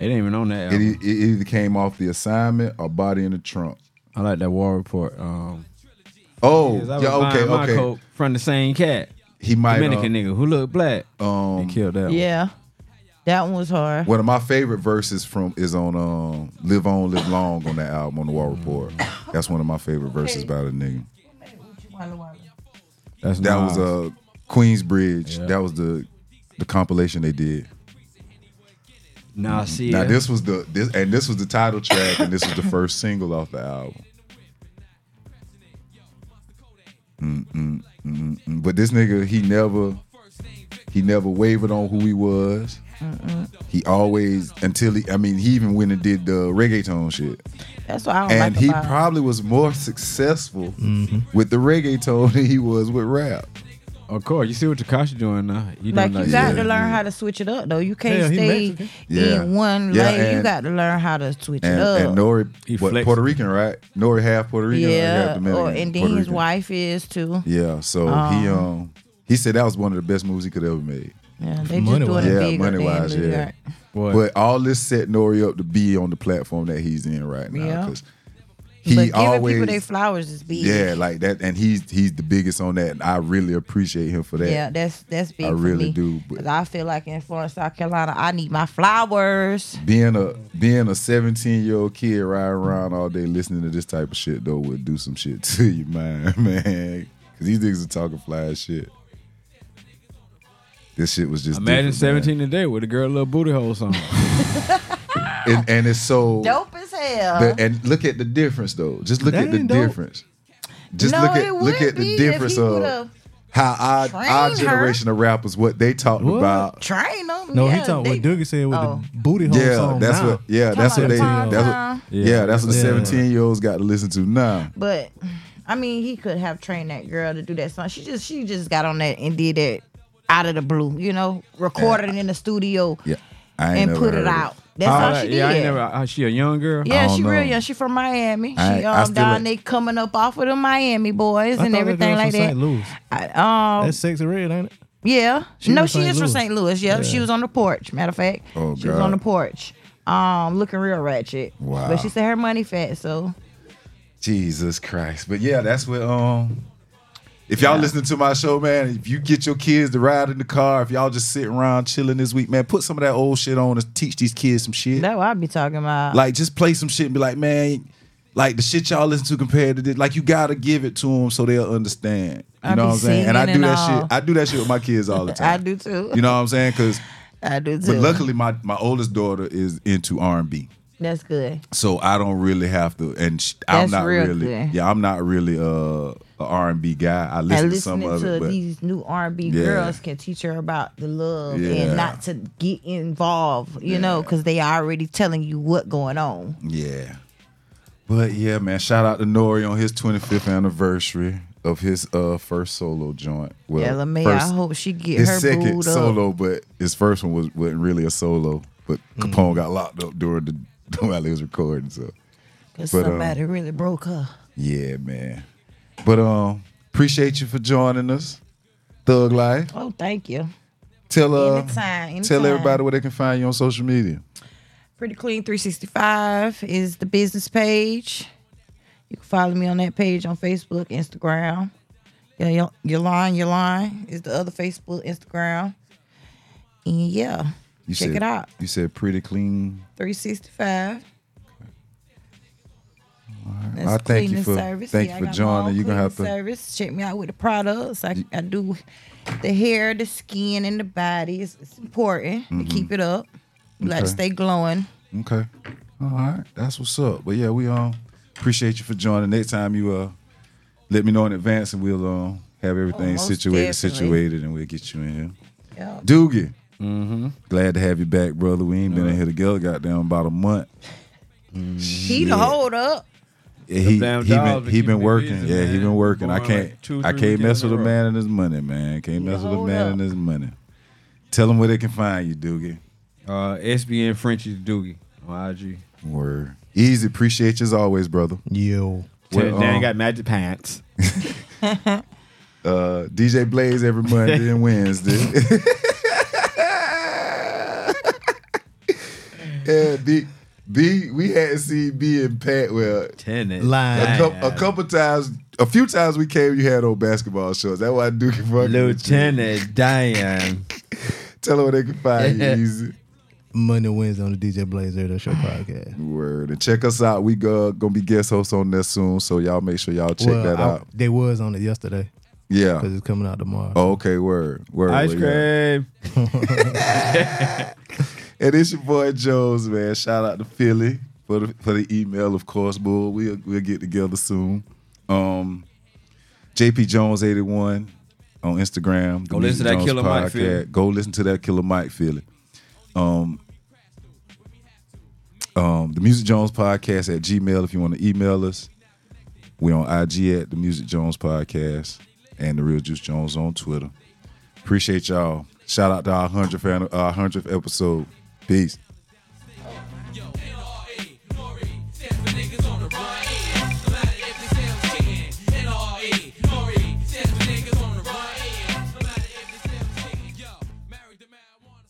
S4: It ain't even on
S2: It,
S4: that album.
S2: e- it either came off the assignment or body in the trunk.
S4: I like that war report. Um,
S2: Oh,
S4: I was
S2: yeah, okay,
S4: buying my
S2: okay.
S4: coat from the same cat,
S2: He might uh,
S4: Dominican nigga who looked black.
S2: um
S4: They killed that. one.
S6: Yeah, that one was hard.
S2: one of my favorite verses from is on um Live On, Live Long on that album on the Wall Report. That's one of my favorite verses by the nigga.
S4: That's
S2: That was
S4: Nas.
S2: uh Queensbridge. That was the the compilation they did.
S4: Nah, see,
S2: Now this was the this and this was the title track and this was the first *laughs* single off the album. Mm-mm, mm-mm. But this nigga, he never he never wavered on who he was. He always until he I mean he even went and did the reggaeton shit.
S6: That's what I don't
S2: And
S6: like
S2: he
S6: about.
S2: probably was more successful
S6: Mm-hmm.
S2: with the reggaeton than he was with rap.
S4: of course. You see what Takashi doing now? You
S6: like
S4: doing
S6: you
S4: that
S6: got
S4: shit.
S6: to learn how to switch it up though. You can't
S5: Hell, he
S6: stay
S5: Mexican.
S2: Yeah.
S6: in one
S2: Yeah,
S6: lane. you
S2: and-
S6: got to learn how to switch
S2: And,
S6: it up.
S2: and Nori,
S4: He
S2: what,
S4: flexed.
S2: Puerto Rican, right? Nori half Puerto Rican, or half
S6: yeah,
S2: Dominican.
S6: or and then
S2: Puerto
S6: his
S2: Rican.
S6: wife is too.
S2: Yeah, so he um he said that was one of the best moves he could ever made.
S6: Yeah, they just
S5: Money-wise.
S6: doing it
S2: Yeah,
S6: bigger than
S2: money-wise,
S6: New
S2: yeah.
S6: York.
S4: What?
S2: But all this set Nori up to be on the platform that he's in right now
S6: Yeah.
S2: because he
S6: but giving
S2: always
S6: people their flowers is big.
S2: yeah like that, and he's he's the biggest on that, and I really appreciate him for that.
S6: Yeah, that's that's big.
S2: I
S6: for
S2: really
S6: me.
S2: do, but-
S6: 'Cause I feel like in Florence, South Carolina, I need my flowers.
S2: being a being a 17 year old kid riding around all day listening to this type of shit though would do some shit *laughs* to you, man, man. Cause these niggas are talking fly as shit. This shit was just
S4: Imagine
S2: different, man.
S4: 17 today with a girl little booty
S2: *laughs*
S4: hole song.
S2: and, and it's so
S6: Dope as hell.
S2: but- and look at the difference though. Just look
S5: That
S2: at the
S5: ain't dope.
S2: difference. Just
S6: no,
S2: look at
S6: it would
S2: look at the
S6: be if
S2: difference
S6: he
S2: of
S6: would've
S2: how our our
S6: trained her.
S2: generation of rappers what they talking
S5: What?
S2: about
S6: Train them.
S5: No, he
S6: yeah,
S5: talking
S6: they-
S5: what Doogie said with
S6: Oh.
S5: the booty hole
S2: yeah,
S5: song.
S2: that's
S5: now.
S2: what. Yeah, that's what
S6: about
S2: they.
S6: the pom
S2: That's
S6: pom.
S2: what. Yeah, that's what
S5: Yeah.
S2: seventeen year olds got to listen to now.
S6: But I mean, he could have trained that girl to do that song. She just she just got on that and did that out of the blue, you know, recorded in the studio
S2: Yeah, I ain't
S6: and
S2: never
S6: put
S2: heard
S6: it
S2: of
S6: out. That's
S4: I
S6: all
S4: like-
S6: she did.
S4: yeah,
S6: Yeah,
S4: I ain't never. I, she a young girl.
S2: I don't
S6: she real
S2: know.
S6: young. She from Miami.
S2: I-
S6: she
S2: I
S6: um
S2: still
S6: down
S2: ain't-
S6: there coming up off of the Miami boys
S5: I
S6: and
S5: thought
S6: everything
S5: that girl
S6: like
S5: from
S6: that.
S5: St. Louis.
S6: I, um,
S5: That's sexy red, ain't it?
S6: Yeah.
S5: She
S6: no,
S5: was
S6: she
S5: St.
S6: is from
S5: Louis.
S6: St. Louis. Yeah, she was on the porch. Matter of fact,
S2: Oh,
S6: she was
S2: God.
S6: on the porch, um, looking real ratchet.
S2: Wow.
S6: But she said her money fat, so
S2: Jesus Christ. But yeah, that's what um if y'all listening to my show, man, if you get your kids to ride in the car, if y'all just sitting around chilling this week, man, put some of that old shit on and teach these kids some shit.
S6: that's what I be talking about.
S2: Like just play some shit and be like, man, Like the shit y'all listen to compared to this, like you gotta give it to them so they'll understand. You
S6: I
S2: know
S6: be
S2: what I'm saying? And I
S6: singing
S2: do
S6: and
S2: that
S6: all.
S2: shit. I do that shit with my kids all the
S6: *laughs*
S2: time.
S6: I do too.
S2: You know what I'm saying? Because
S6: I do too.
S2: but luckily my my oldest daughter is into R and B,
S6: that's good.
S2: so I don't really have to. And sh- I'm
S6: That's
S2: not
S6: real
S2: really.
S6: good.
S2: Yeah, I'm not really uh, a R and B guy. I listen
S6: and
S2: to some
S6: listening
S2: of
S6: to
S2: it, but
S6: these new R and B
S2: Yeah.
S6: girls can teach her about the love
S2: Yeah.
S6: and not to get involved, you know, because they already telling you what going on.
S2: Yeah. But yeah, man, shout out to Nori on his 25th anniversary of his uh first solo joint. Well,
S6: Ella May, I
S2: first,
S6: hope she get
S2: his
S6: her
S2: second
S6: booed up.
S2: solo, but his first one was wasn't really a solo. But
S6: Mm.
S2: Capone got locked up during the *laughs* while he was recording. So
S6: Cause
S2: but, um,
S6: somebody really broke her.
S2: yeah, man. But um, appreciate you for joining us, Thug Life.
S6: Oh, thank you.
S2: Tell uh,
S6: Anytime,
S2: tell
S6: anytime.
S2: everybody where they can find you on social media.
S6: Pretty Clean 365 is the business page. You can follow me on that page on Facebook, Instagram. Yeah, your, your line, your line is the other Facebook, Instagram. And yeah,
S2: You
S6: check
S2: said,
S6: it out.
S2: You said pretty clean
S6: 365. That's
S2: I thank you
S6: cleaning
S2: for-
S6: service.
S2: thank
S6: Yeah,
S2: you for
S6: I got my
S2: joining.
S6: own
S2: You gonna have
S6: cleaning
S2: to-
S6: service. Check me out with the products. I, I do the hair, the skin, and the body. It's, it's important to keep it up. You
S2: Mm-hmm.
S6: like to
S2: Okay.
S6: stay glowing.
S2: Okay. All right. That's what's up. But yeah, we um appreciate you for joining. Next time you uh let me know in advance and we'll um have everything
S6: most
S2: situated,
S6: definitely.
S2: situated, and we'll get you in here.
S6: Yeah.
S2: Doogie. Mm-hmm. Glad to have you back, brother. We ain't been in here together, goddamn about a month.
S6: He the hold up.
S2: Yeah, he he
S4: damn
S2: been,
S4: dogs
S2: he
S4: been
S2: been
S4: keeping
S2: working.
S4: me busy,
S2: yeah, he
S4: man.
S2: been working. I
S4: Going
S2: can't
S4: like two,
S2: I
S4: three
S2: can't mess
S4: weekends in
S2: with a
S4: a row.
S2: man and his money, man. Can't mess with a
S6: hold
S2: man
S6: up.
S2: and his money. Tell them where they can find you, Doogie.
S4: Uh, SBN Frenchie Doogie on IG.
S2: Word. Easy. Appreciate you as always, brother.
S5: Yo.
S2: Well,
S4: Tell Dan
S2: um,
S4: got magic pants.
S2: uh, DJ Blaze every Monday
S4: *laughs*
S2: and Wednesday. *laughs* yeah, B, B, we had seen B and Pat. Well,
S4: Tennis.
S2: a,
S5: Line.
S2: cou- a couple times, a few times we came, you had on basketball shorts. That's why Duke and fucking with you.
S4: Lieutenant Diane.
S2: Tell them where they can find you easy.
S5: Monday, Wednesday on the DJ Blaze Radio *sighs* Show podcast.
S2: Word. And check us out. We uh, gonna be guest hosts on that soon, so y'all make sure y'all check
S5: well,
S2: that
S5: I-
S2: out.
S5: They was on it yesterday
S2: Yeah.
S5: because it's coming out tomorrow.
S2: Okay, word. Word.
S4: Ice
S2: word, yeah.
S4: cream.
S2: And it's your boy Jones, man. Shout out to Philly for the for the email, of course, bull. We'll we'll get together soon. Um JP Jones 81 on Instagram. The
S4: Go listen to
S2: Music
S4: that
S2: Jones
S4: Killer Mike Philly.
S2: Go listen to that Killer Mike Philly. Um um, the Music Jones Podcast at Gmail if you want to email us. We're on IG at the Music Jones Podcast and the Real Juice Jones on Twitter. Appreciate y'all. Shout out to our hundredth our hundredth episode. Peace.
S8: Yo, NRA, Nori, stands for niggas on the run.